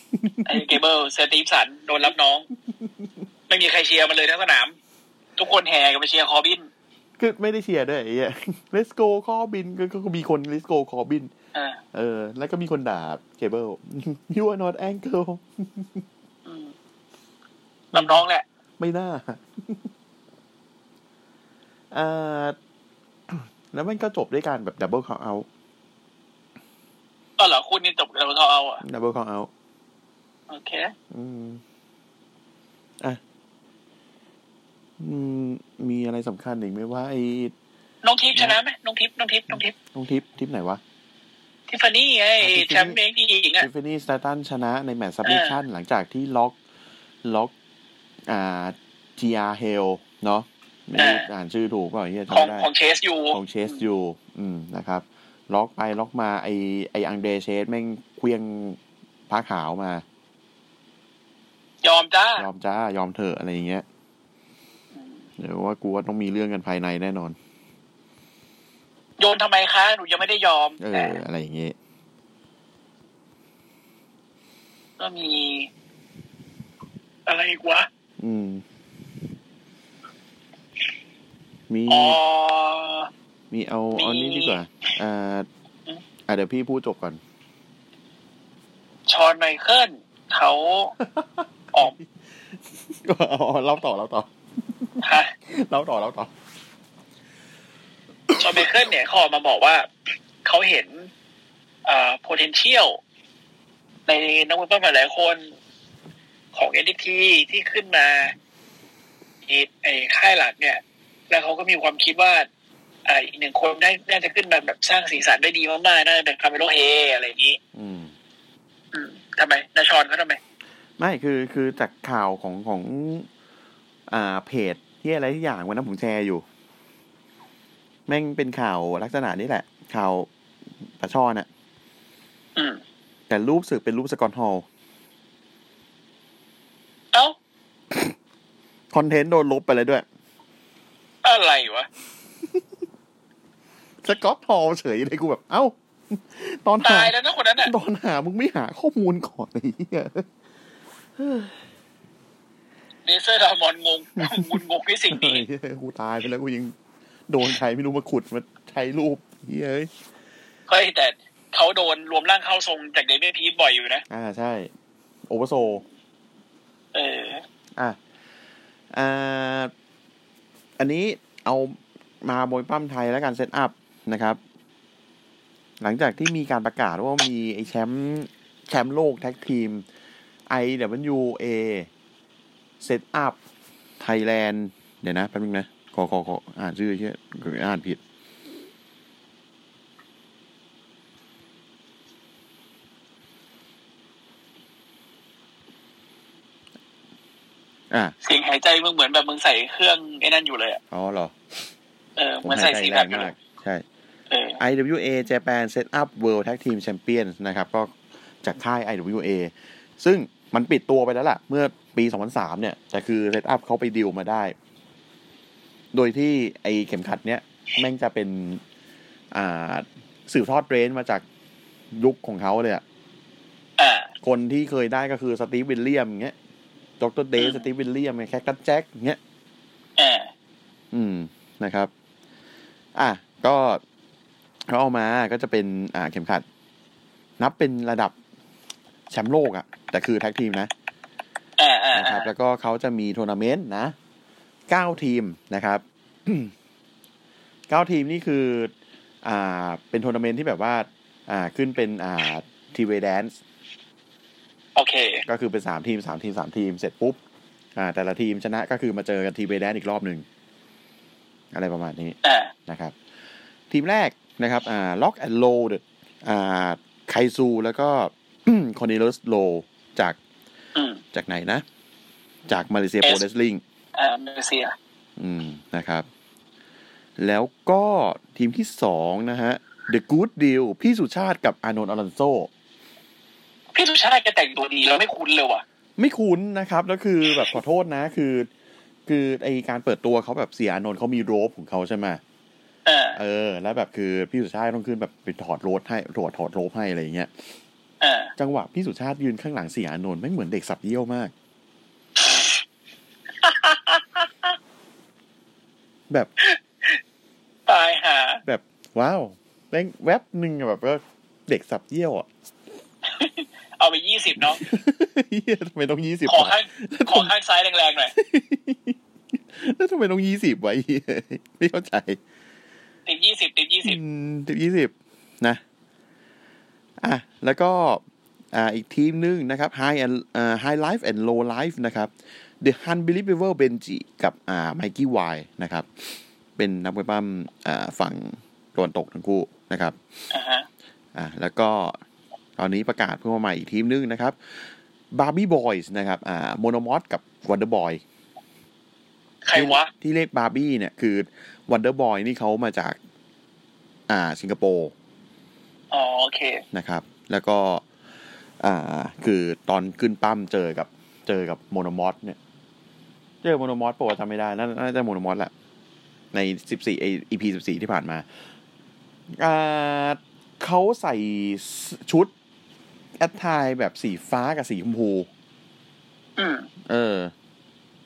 [laughs] ไอเกเบิลเซอร์ตีฟสัน โดนรับน้อง ไม่มีใครเชียร์มันเลยทั้งสนาม ทุกคนแห่กันไปเชียร์คอร์บิน คือไม่ได้เชียร์ด้วยไอ้เหี้ย เลสโกคอบินก็ก็มีคนเลสโกคอบิน อ่า เออ แล้วก็มีคนด่าเกเบิล [laughs] you are not angle อืมรับน้องแหละ ไม่น่า [laughs] เอ่อแล้วมันก็จบด้วยการแบบดับเบิลคอเอา ก็เหรอคุณนี่จบแล้วเขาเอาอ่ะ ดับเบิลคอเอา โอเค อืม อ่ะ อืม มีอะไรสำคัญอีกไหมว่าไอ้ น้องทิพย์ชนะไหมน้องทิพย์น้องทิพย์น้องทิพย์ ตรงทิปทิปไหนวะ ทิฟฟานี่ไง อ๋อ Tiffany แชมป์เองที่หญิงอ่ะ ทิฟฟานี่สตาตันชนะในแมตช์ซับมิชชั่นหลังจากที่ล็อก ล็อก อ่าจีอาเฮลเนาะไม่รู้ เอออ่ อ่านชื่อถูกเปล่าเฮีย ของ จำไม่ได้ ของเชสอยู่ ของเชสอยู่ อืมนะครับ ล็อกไปล็อกมาไอไออังเดรเชสแม่งเควียงผ้าขาวมา ยอมจ้าย อมจ้ายอมเถอะอะไรอย่างเงี้ยเดี๋ยวว่ากูว่าต้องมีเรื่องกันภายในแน่นอน โยนทำไมคะหนูยังไม่ได้ยอม เอ แต่ อ อะไรอย่างเงี้ย ก็มี อะไรอีกวะ อืม มี อ๋อ มีเอา มี เอานี้ดีกว่าอ่า อืม อ่ะเดี๋ยวพี่พูดจบก่อน [laughs] ชอนไมเคิลเขาออก ก็เอาเอาเล่าต่อเล่าต่อ ฮะ เล่าต่อเล่าต่อ จอห์นไมเคิลเนี่ยเขาออกมาบอกว่าเขาเห็นเอ่อ potential ในนักวิพากษ์หลายๆคนของ NFT ที่ขึ้นมาในในค่ายหลักเนี่ย แล้วเขาก็มีความคิดว่าอ่าอีกหนึ่งคนได้น่าจะขึ้นมาแบบสร้างสีสันได้ดีมากๆน่าจะเป็นคาเมโลเฮอะไรอย่างนี้ อืม อืมทำไมนาชอนเขาทำไม ไม่คือคือจากข่าวของของ อ่าเพจที่อะไรที่อย่างวันนั้นผมแชร์อยู่ แม่งเป็นข่าวลักษณะนี้แหละ ข่าวปลาช่อนอะ อืม แต่รูปสึกเป็นรูปสกอตฮอล เอ้า คอนเทนต์โดนลบไปเลยด้วย อะไรวะ สกอตฮอลเฉยเลยกูแบบ เอ้า ตอนหา ตายแล้วนะคนนั้นอ่ะ ตอนหามึงไม่หาข้อมูลก่อนไอ้เหี้ย เลเซอร์ดามอนง [laughs] ง งุนงงที่สิ่ง ไอ้ นี้ เหี้ยกูตายไปแล้วกูยังโดนใครไม่รู้มาขุดมาใช้รูปเหี้ยเอ้ย เฮ้ยแต่เขาโดนรวมร่างเข้าทรงจากเดวิดพีทบ่อยอยู่นะ อ่าใช่ โอเวอร์โซ เออ อ่ะอ่าอันนี้เอามาโบยปั้มไทยแล้วกันเซตอัพนะครับ หลังจากที่มีการประกาศว่ามีไอแชมป์แชมป์โลกแท็กทีม IWA เซตอัพไทยแลนด์เดี๋ยวนะแป๊บนึงนะ ขอขอขออ่านชื่อเชื่ออ่านผิด อ่ะ เสียงหายใจมึงเหมือนแบบมึงใส่เครื่องไอ้นั่นอยู่เลยอะ อ๋อเหรอ เออ ผ เหมือนใส่ หยใจ ซีแพ แร ค ง อยู่เล มาก ย ใช่ เออ IWA Japan Set Up World Tag Team Champions นะครับ ก็จากค่าย IWA ซึ่งมันปิดตัวไปแล้วล่ะ เมื่อปี 2003 เนี่ย แต่คือ Set Up เขาไปดิวมาได้ โดยที่ไอเข็มขัดเนี้ย แม่งจะเป็น อ่า สืบทอดเรนจ์มาจากยุคของเขาเลยอะ อ่า คนที่เคยได้ก็คือสตีฟวิลเลียมอย่างเงี้ยดรเดย์สตีฟวิลเลียมไงแคคตัสแจ็คอย่างเงี้ย อ่า อืมนะครับ อ่ะ ก็เขาเอามาก็จะเป็น อ่าเข็มขัด นับเป็นระดับแชมป์โลกอะแต่คือแท็กทีมนะ อ่าอ่า นะค อ่า รับ แล้วก็เขาจะมีทัวร์นาเมนต์นะเก้าทีมนะครับ [coughs] เก้าทีมนี่คือ อ่า เป็นทัวร์นาเมนต์ที่แบบว่า อ่า ขึ้นเป็น อ่าทีเวดนซ์ โอเค ก็คือเป็นสามทีมสามทีมสามทีมเสร็จปุ๊บ อ่า แต่ละทีมชนะก็คือมาเจอกันทีเวดนซ์อีกรอบหนึ่ง อะไรประมาณนี้ อ่า นะครับทีมแรกนะครับอ่าล็อกแอนโลดอ่าไคซูแล้วก็ [clears throat] คอนเนลสโลจาก อืม จากไหนนะ จากมาเลเซีย เอส โปรเลสลิง อ่ามาเลเซีย อืมนะครับ แล้วก็ทีมที่สองนะฮะ The Good Deal พี่สุชาติกับอานนท์อลันโซ พี่สุชาติแกแต่งตัวดีเราไม่คุ้นเลยว่ะ ไม่คุ้นนะครับ แล้วคือแบบขอโทษนะ คือ คือไอการเปิดตัวเขาแบบเสียอานนท์เขามีโรบของเขาใช่ไหม เออ เออ แล้วแบบคือพี่สุชาติต้องขึ้นแบบไปถอดโรบให้ถอดถอดโรบให้อะไรอย่างเงี้ย เออ จังหวะพี่สุชาติยืนข้างหลังเสียอานนท์ไม่งเหมือนเด็กสับเยี่ยวมาก แบบ ตายหา แบบว้าวแม่งแวบหนึ่งอะแบบว่าเด็กสับเยี่ยวอ่ะ [laughs] เอาไปยี่สิบเนาะ เหี้ยทำไมต้องยี่สิบ ขอข้าง ขอข้างซ้ายแรงๆหน่อย แล้วทำไมต้องยี่สิบไว้เหี้ยไม่เข้าใจ ติดยี่สิบติดยี่สิบ สิบยี่สิบนะ อ่ะ แล้วก็ อ่าอีกทีมหนึ่งนะครับ High and อ่า High Life and Low Life นะครับ The Unbelievable Benji กับอ่า Mikey Y นะครับ เป็นนักเวยปั้มอ่าฝั่งตะวันตกทั้งคู่นะครับ อ่าฮะ อ่าแล้วก็ตอนนี้ประกาศเพิ่มมาใหม่อีกทีมหนึงนะครับบาร์บี้บอยส์นะครับอ่าโมโนมอสกับวันเดอร์บอย ใครวะ ที่เรียกบาร์บี้เนี่ยคือวันเดอร์บอยนี่เขามาจาก อ่าสิงคโปร์ อ๋อโอเค นะครับ แล้วก็อ่าคือตอนขึ้นปั้มเจอกับเจอกับโมโนมอสเนี่ยเจอโมโนมอสปะวะจำไม่ได้น่าน่าจะโมโนมอสแหละ ในสิบสี่อีพีสิบสี่ที่ผ่านมาอ่าเขาใส่ชุด แอดไทยแบบสีฟ้ากับสีชมพู อืม เออ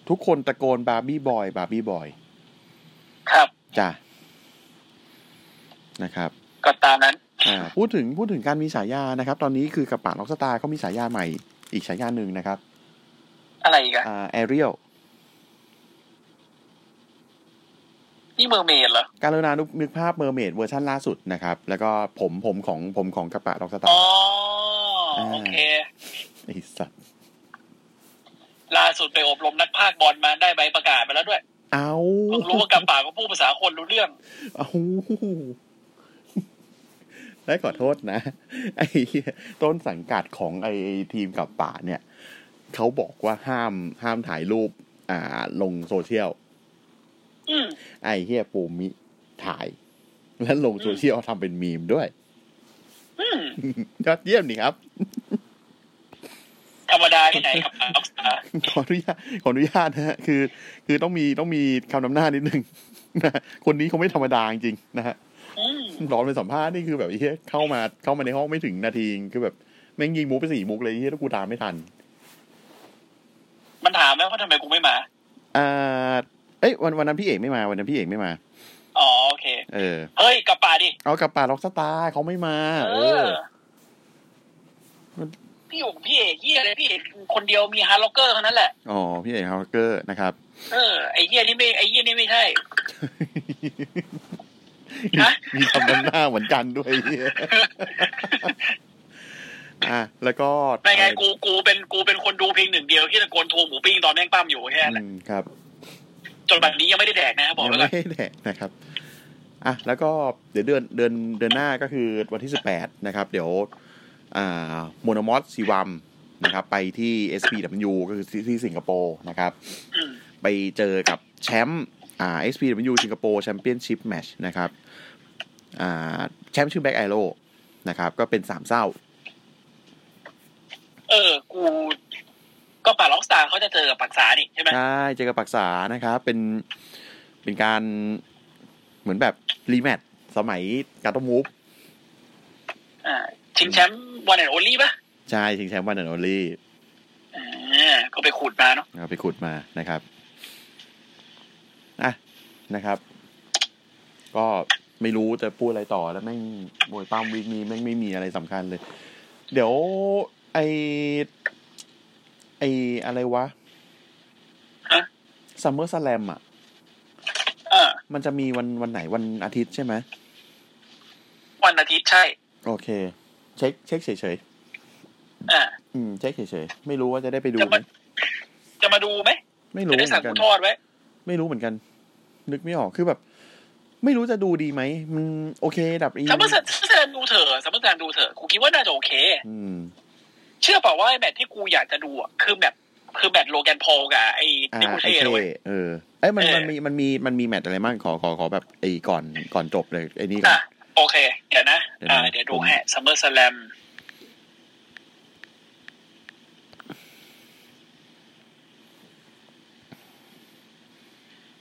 ทุกคนตะโกนบาร์บี้บอยบาร์บี้บอย ครับ จ้ะ นะครับ ก็ตามนั้น อ่า พูดถึงพูดถึงการมีฉายานะครับ ตอนนี้คือกระปะล็อกสตาร์เขามีฉายาใหม่ อีกฉายาหนึ่งนะครับ อะไรอีกอะ อ่าแอเรียล นี่เมอร์เมดเหรอ การุณานุนึกภาพเมอร์เมดเวอร์ชันล่าสุดนะครับ แล้วก็ผมผมของผมของกระปะล็อกสตา อ๋อ ร์ อ่าโอเค ไอ้สัตว์ ล่าสุดไปอบรมนักภาคบอลมาได้ใบประกาศมาแล้วด้วย เอา เพิ่งรู้ว่ากำปากก็พูดภาษาคนรู้เรื่อง เอาได้ขอโทษนะ ไอ้เหี้ยต้นสังกัดของไอ้ทีมกับป่าเนี่ย เขาบอกว่าห้ามห้ามถ่ายรูป อ่า ลงโซเชียล อืม ไอ้เฮียปูมิถ่าย แล้วลงโซเชียลทำเป็นมีมด้วย อืม ยอดเยี่ยมนี่ครับ ธรรมดาที่ไหนกับปากล็อกสตาร์ ขออนุญาตขออนุญาตนะฮะคือ คือต้องมีต้องมีคำนำหน้านิดนึง [laughs] นะคนนี้เขาไม่ธรรมดาจริงๆนะฮะ อืม ร้อนไปสัมภาษณ์นี่คือแบบไอ้เฮียเข้ามาเข้ามาในห้องไม่ถึงนาทีเองคือแบบแม่งยิงมุกไปสี่มุกเลยไอ้เฮียแล้วกูตามไม่ทัน มันถามไหมว่าทำไมกูไม่มา อ่า เอ้ยวันวันนั้นพี่เอกไม่มาวันนั้นพี่เอกไม่มา อ๋อโอเค เออ เฮ้ยกำปากดิ เอากับป่าล็อกสตาร์เขาไม่มา เออ พี่หงพี่เอกเฮียอะไรพี่เอกคนเดียวมีฮาร์ดล็อกเกอร์เท่านั้นแหละ อ๋อพี่เอกฮาร์เกอร์นะครับ [laughs] เออไอเฮียนี่ไม่ไอเฮียนี่ไม่ใช่ ฮะ มีคำนำหน้าเหมือนกันด้วยเหี้ [laughs] ยอ่ะแล้วก็ ไม่ไงกูกูเป็นกูเป็นคนดูเพียงหนึ่งเดียวที่ตะโกนโทรหมูปิ้งตอนแม่งปั้มอยู่แค่นั้นแหละ อืมครับ จนบัดนี้ยังไม่ได้แดกนะบอก ยัง ไว้ก่ ไม่ [laughs] อน ได้แดกนะครับ อ่ะแล้วก็เดี๋ยวเดือนเดือนเดือนหน้าก็คือวันที่สิบแปดนะครับ เดี๋ยว อ่าโมโนมอสซีวัมนะครับ ไปที่ SPW ก็คือที่ที่สิงคโปร์นะครับ อืม ไปเจอกับแชมป์อ่า SPW สิงคโปร์แชมเปี้ยนชิพแมชนะครับอ่าแชมป์ชื่อแบ็กไอโ w นะครับ ก็เป็นสามเศร้า เออ กูก็ป่าล็อกสตาร์เขาจะเจอกับปักษานี่ใช่ไหม ใช่เจอกับปรักษานะครับ เป็นเป็นการเหมือนแบบรีแมตช์สมัยการ์ตูนมูฟ อ่าชิงแชมป์วันแอนโอลี่ปะ ใช่ชิงแชมป์วันเดอร์โอลี่ อ่าก็ไปขูดมาเนาะ เอาไปขุดมานะครับอ่ะนะครับ ก็ไม่รู้จะพูดอะไรต่อแล้วแม่งบวยปามวีคนี้แม่งไม่มีอะไรสำคัญเลย เดี๋ยว ไอไออะไรวะ อะ ซัมเมอร์สแลมอ่ะ เออ มันจะมีวันวันไหนวันอาทิตย์ใช่ไหม วันอาทิตย์ใช่ โอเค เช็ค เช็คเฉยๆ อ่า อืมเช็คเฉยๆ ไม่รู้ว่าจะได้ไปดู จะ ไหม มาจะมาดูไหม ไม่ จะ รู้ ได้ เหมื สั่ อง นกั กู น ทอดไว้ ไม่รู้เหมือนกัน นึกไม่ออกคือแบบ ไม่รู้จะดูดีไหมมันโอเคดับอี ซัมเมอร์ซัมเมอร์แซมดูเถอะซัมเมอร์แซมดูเถอะกูคิดว่าน่าจะโอเค อืม เชื่อเปล่าว่าไอ้แมตช์ที่กูอยากจะดูอ่ะคือแมตช์คือแมตช์โลแกนพอลกับไอ้ อ่า นิโค ไอ เช่ เท่ เว้ย เออเอ้ยมัน เออ มันมีมันมีมันมีแมตช์อะไรบ้างขอขอขอแบบไอ้ก่อนก่อนจบเลยไอ้นี่ก่อ อ่ะ น โอเค เดี๋ยวนะ เดี๋ยวนะ อ่า เดี๋ยวดู ผม ให้ซัมเมอร์สแลม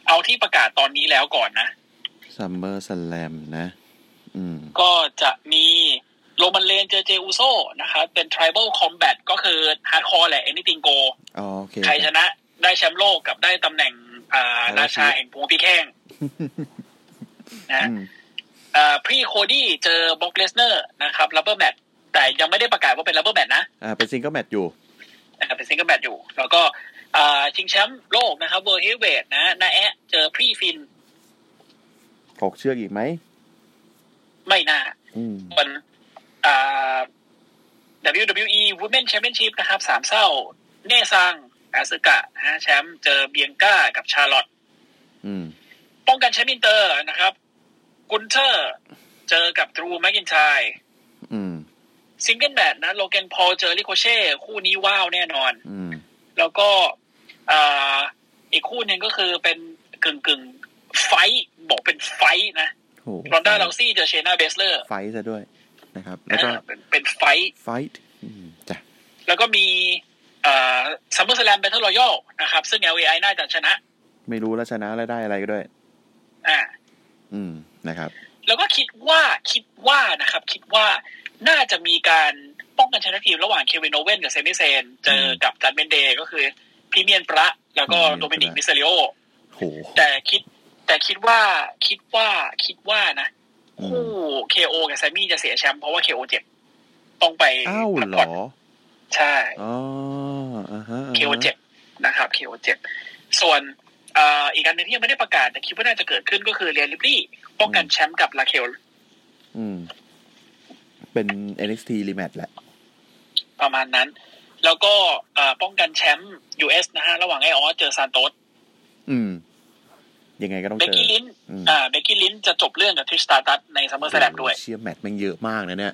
เอาที่ประกาศตอนนี้แล้วก่อนนะ ซัมเมอร์สแลมนะ อืม ก็จะมีโรมันเลนเจอเจอูโซนะครับ เป็น tribal combat ก็คือฮาร์ดคอร์แหละ anything go อ๋อโอเค ใครชนะได้แชมป์โลกกับได้ตำแหน่งอ่าราชาแห่งพวงพี่แข้ง [laughs] นะ อืม พรีโคดี้เจอบล็อกเลสเนอร์นะครับลับเบอร์แมตแต่ยังไม่ได้ประกาศว่าเป็นลับเบอร์แมตนะ อ่าเป็นซิงเกิลแมตช์อยู่ นะครับเป็นซิงเกิลแมตอยู่ แล้วก็อ่าชิงแชมป์โลกนะครับเวอร์เฮเวทนะนาแอะเจอพรีฟิน หกเชือกอีกไหม ไม่น่า อืม บนอ่า WWE Women Championship นะครับสามเศร้า เนซังอาซึกะนะฮะแชมป์เจอเบียงก้ากับชาร์ลอต อืม ป้องกันแชมป์อินเตอร์นะครับ กุนเทอร์ เจอกับดรูแมกกินไชร์ อืม ซิงเกิลแมตช์นะโลแกนพอลเจอลิโคเช่ คู่นี้ว้าวแน่นอน อืม แล้วก็อ่าอีกคู่หนึ่งก็คือเป็นกึ่งกึ่งๆไฟท์บอกเป็นไฟท์นะ โอ้ รอนด้าเลาซี่เจอเชนาเบสเลอร์ ไฟท์ซะด้วยนะครับ แล้วก็ เป็นเป็นไฟท์ ไฟท์อืมจ้ะ แล้วก็มีซัมเมอร์สแลมเบทเทิลรอยัลนะครับ ซึ่ง LAI น่าจะชนะ ไม่รู้แล้วชนะแล้วได้อะไรก็ด้วย อ่า อืม นะครับ แล้วก็คิดว่าคิดว่านะครับ คิดว่าน่าจะมีการป้องกันชนะทีมระหว่างเควินโอเว่นกับเซมิเซน เจอกับจันเบนเดย์ก็คือพิเมียนประ แล้วก็โดมินิกมิสเซริโอ โห แต่คิดแต่คิดว่าคิดว่าคิดว่านะ อืม คู่เคโอกับแซมมี่จะเสียแชมป์เพราะว่าเคโอเจ็บ ต้องไป อ้าวเหพัรกผ่น อ ใช่ อ๋ออ่าฮะ เคโอเจ็บนะครับเคโอเจ็บส่วน อ่าอีกอันหนึ่งที่ยังไม่ได้ประกาศแต่คิดว่าน่าจะเกิดขึ้นก็คือเรียนลิปลี่ป้องกันแชมป์กับลาเคล อืม เป็น NXT rematch แหละ ประมาณนั้น แล้วก็อ่าป้องกันแชมป์ US นะฮะ ระหว่างไอออสเจอซานโตส อืม ยังไงก็ต้อง เบก เจอ กี้ลิน อืม อ่าเบกกี้ลินจะจบเรื่องกับทริสตาตัสในซัมเมอร์สแลมด้วย เชียร์แมตช์แมันเยอะมากนะเนี่ย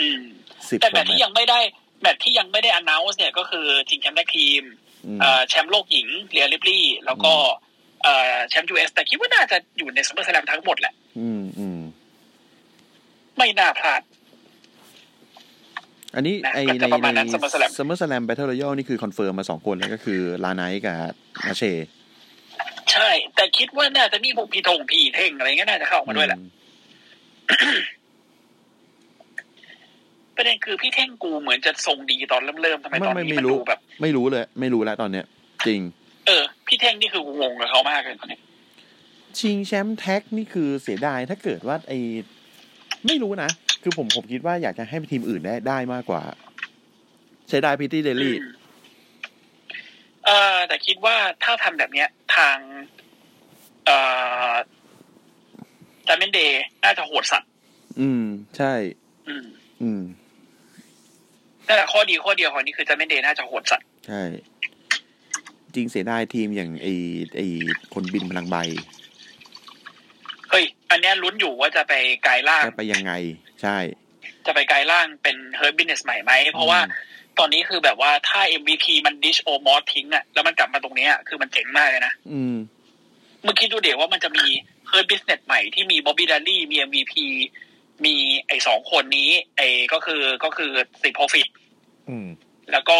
อืม สิบ แต่ ก แมตช์ว่าแมต ที่ ช์ ยังไม่ได้แมตช์ที่ยังไม่ได้ announce เนี่ยก็คือชิงแชมป์แท็กทีม อืม เอ่อแชมป์โลกหญิงเรียลิปลี่ แล้วก็เอ่อแชมป์ยูเอสแต่คิดว่าน่าจะอยู่ในซัมเมอร์สแลมทั้งหมดแหละ อืมอืม ไม่น่าพลาด อันนี้ นะ ไอ ก็ ใน จะประมาณนั้น ใน SummerSlam Summer Slam Battle Royale นี่คือคอนเฟิร์มมาสองคนแล้วก็คือลาไนท์กับมาเช ใช่ แต่คิดว่าน่าจะมีพวกพีทงพีเท่งอะไรเงี้ยน่าจะเข้ามาด้วยแหละ อืม ประเด็นคือพี่เท่งกูเหมือนจะทรงดีตอนเริ่มเริ่มๆทำไม ไม่ ตอน ไม่ นี้ ไม่ มัน รู้ ดูแบบ ไม่รู้เลย ไม่รู้แล้วตอนเนี้ย จริง เออ พี่เท่งนี่คือกูงงกับเขามากเลยตอนเนี้ย ชิงแชมป์แท็กนี่คือเสียดายถ้าเกิดว่าไอไม่รู้นะ คือผมผมคิดว่าอยากจะให้ทีมอื่นได้ได้มากกว่าเสียดายพิตตี้เดลี่ อืมเออแต่คิดว่าถ้าทำแบบเนี้ย ทาง เอ่อจามเมนเดย์น่าจะโหดสัตว์ อืม ใช่ อืม อืม นั่นแหละข้อดีข้อเดียวของนี่คือจามเมนเดย์น่าจะโหดสัตว์ ใช่ จริงเสียดายทีมอย่างไอไอคนบินพลังใบ เฮ้ย อันเนี้ยลุ้นอยู่ว่าจะไปกลายร่าง จะไปยังไง ใช่ จะไปกลายร่างเป็นเฮิร์บบินเนสใหม่ไหม เพราะว่าตอนนี้คือแบบว่าถ้า MVP มันดิชโอมอสทิ้งอะแล้วมันกลับมาตรงเนี้ยคือมันเจ๋งมากเลยนะ อืม มึงคิดดูเดี๋ยวว่ามันจะมีเฮิร์บบิสเนสใหม่ที่มีบ๊อบบี้ดันดี้มี MVP มีไอ้สองคนนี้ ไอ้ก็คือก็คือสิโพฟิต อืม แล้วก็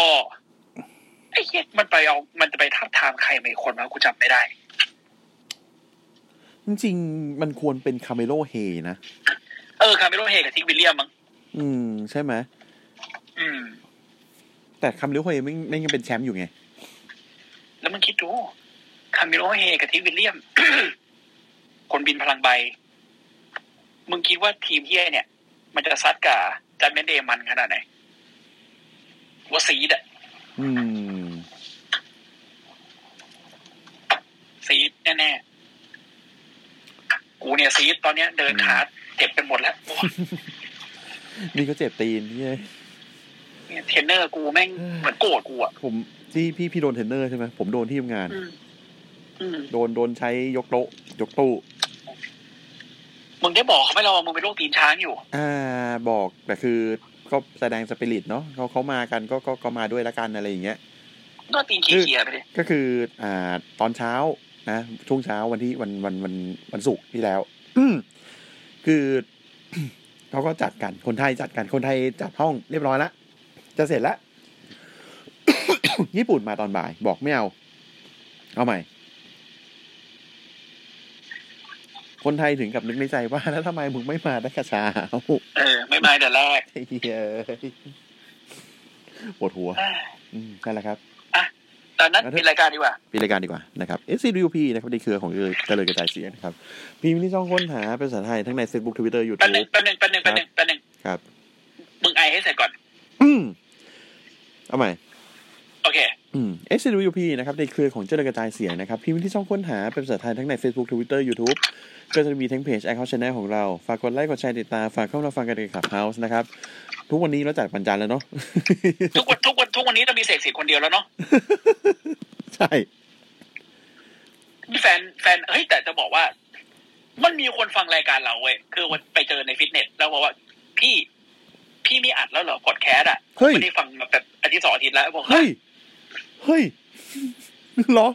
ไอ้เหี้ยมันไปเอามันจะไปทับทามใครไม่คนมากูจำไม่ได้ จริงๆ มันควรเป็นคาเมโลเฮนะ เออคาเมโรเฮกับทิกวิลเลียมมั้ง อืม ใช่ไหม อืม แต่คาเมโลเฮไม่ไม่ยังเป็นแชมป์อยู่ไง แล้วมึงคิดดูคามิโลเฮกับทีวิลเลียม [coughs] คนบินพลังใบ มึงคิดว่าทีมเฮียเนี่ย มันจะซัดกับจันเมนเดย์มันขนาดไหนว่าซีดอะ อืม ซีดแน่ๆ กูเนี่ยซีดตอนเนี้ย เดินขาเจ็บเป็นหมดแล้วโอ้ย นี่ก็เจ็บตีนใช่ย เนี่ยเทรนเนอร์กูแม่งเหมือนโกรธกูอะ ผมที่พี่พี่โดนเทรนเนอร์ใช่ไหม ผมโดนที่ทำงาน อืม อืม โดนโดนใช้ยกโต๊ะ ยกตู้ มึงได้บอกเขาไหมเราว่ามึงเป็นโรคตีนช้างอยู่ อ่า บอก แต่คือก็แสดงสปิริตเนาะเขาเขามากันก็ก็ก็มาด้วยละกันอะไรอย่างเงี้ย ก็ตีนขี้เกียจไปเลย ก็คืออ่าตอนเช้านะช่วงเช้าวันที่วันวันวันวันศุกร์ที่แล้ว [coughs] คือ [coughs] เขาก็จัดกันคนไทยจัดกันคนไทยจัดห้องเรียบร้อยละจะเสร็จละ [coughs] ญี่ปุ่นมาตอนบ่าย บอกไม่เอา เอาใหม่ คนไทยถึงกับนึกในใจว่า [laughs] แล้วทำไมมึงไม่มาตั้งแต่เช้า [laughs] เออ ไม่ไม่แต่แรก ไอ้เหี้ยปวดหัว อ่ะ อืมนั่นแหละครับ ตอนนั้นปิดรายการดีกว่า ปีรายการดีกว่านะครับ SCWP นะครับในเครือของเอ่ยเจริญกระจายเสียงนะครับพิมพ์ที่ช่องค้นหาเป็นภาษาไทยทั้งใน Facebook Twitter แป๊บหนึ่ง YouTube แป๊บหนึ่งแป๊บหนึ่งแป๊บหนึ่งแป๊บหนึ่ง ครับ มึงไอให้เสร็จก่อน อืมเอาใหม่ โอเค อืม SCWP นะครับในเครือของเจริญกระจายเสียงนะครับพิมพ์ที่ช่องค้นหาเป็นภาษาไทยทั้งใน Facebook Twitter YouTube ก็จะมีทั้งเพจ Account Channel ของเรา ฝากกดไลค์กดแชร์ติดตามฝากเข้ามาฟังกันใน Clubhouse นะครับ ทุกวันนี้เราจัดวันจันทร์แล้วเนาะ [laughs] ทุกวันทุกวันทุกวันนี้ต้องมีเสกสิทธิ์คนเดียวแล้วเนาะ ใช่ มีแฟนแฟนเฮ้ยแต่จะบอกว่า มันมีคนฟังรายการเราเว้ยคือวันไปเจอในฟิตเนส แล้วบอกว่า พี่ พี่ไม่อัดแล้วเหรอพอดแคสต์อ่ะ เฮ้ย ไม่ได้ฟังมาแบบอาทิตย์สองอาทิตย์แล้วบอกเฮ้ เฮ้ ย ยเฮ้ยเหรอ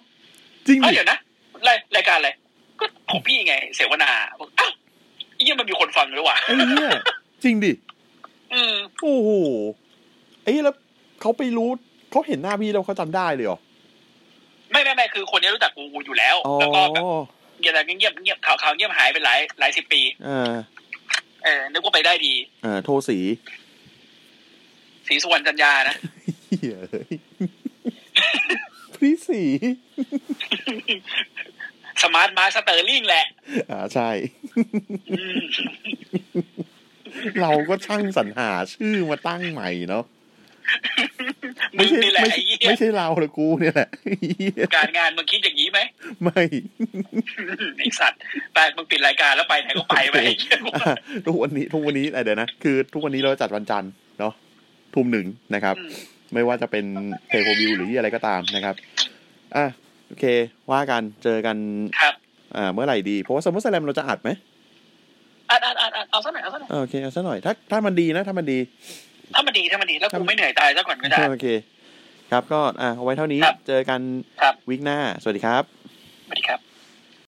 จริง เอ้า ดิ เดี๋ยวนะรายรายการอะไรก็ของพี่ไง เสวนาบอกอ้าวไอ้เหี้ยังมันมีคนฟังด้วยว่ะ ไอ้เหี้ยจริงดิ อืม โอ้โหเอ้ยแล้วเขาไปรู้เขาเห็นหน้าพี่แล้วเขาจำได้เลยเหรอ ไม่ไม่ไม่คือคนนี้รู้จักกูอยู่แล้ว อ๋อ แล้วก็แบบเงียบเงียบเงียบข่าวข่าวเงียบหายไปหลายหลายสิบปี เออ เออนึกว่าไปได้ดี เออโทรสี [laughs] ศรีสุวรรณจันยานะ เหี้ยเอ้ยพี่สี สมาร์ทมาสเตอร์ลิงแหละ อ่าใช่ อืม เราก็ช่างสรรหาชื่อมาตั้งใหม่เนาะ มึ ไม่ ง ใช่ นี่แหละ ไม่ ไอ้เหี้ยใช่ไม่ใช่เราหรอกกูเนี่ยแหละ [laughs] ไอ้เหี้ย การงานมึงคิดอย่างนี้ไหม ไม่ ไอสัตว์ไปมึงปิดรายการแล้วไปไหนก็ไปไปไอ้เหี้ยกู อ่ะ [laughs] ทุกวันนี้ทุกวันนี้อ่ะเดี๋ยวนะคือทุกวันนี้เราจัดวันจันทร์เนาะทุ่มหนึ่งนะครับ ไม่ว่าจะเป็นเทโควิวหรือที่อะไรก็ตามนะครับอ่ะโอเค ว่ากันเจอกัน ครับ อ่าเมื่อไหร่ดี เพราะว่าสมมติแลมเราจะอัดไหม อ่านอ่านอ่านอ่านเอาซะหน่อยเอาซะหน่อย อ่าโอเคเอาซะหน่อยถ้าถ้ามันดีนะถ้ามันดี ถ้ามันดีถ้ามันดีแล้วกูไม่เหนื่อยตายซะก่อนก็ได้ โอเค ครับก็อ่ะเอาไว้เท่านี้ ครับ เจอกัน ครับ วิกหน้า สวัสดีครับ สวัสดีครับ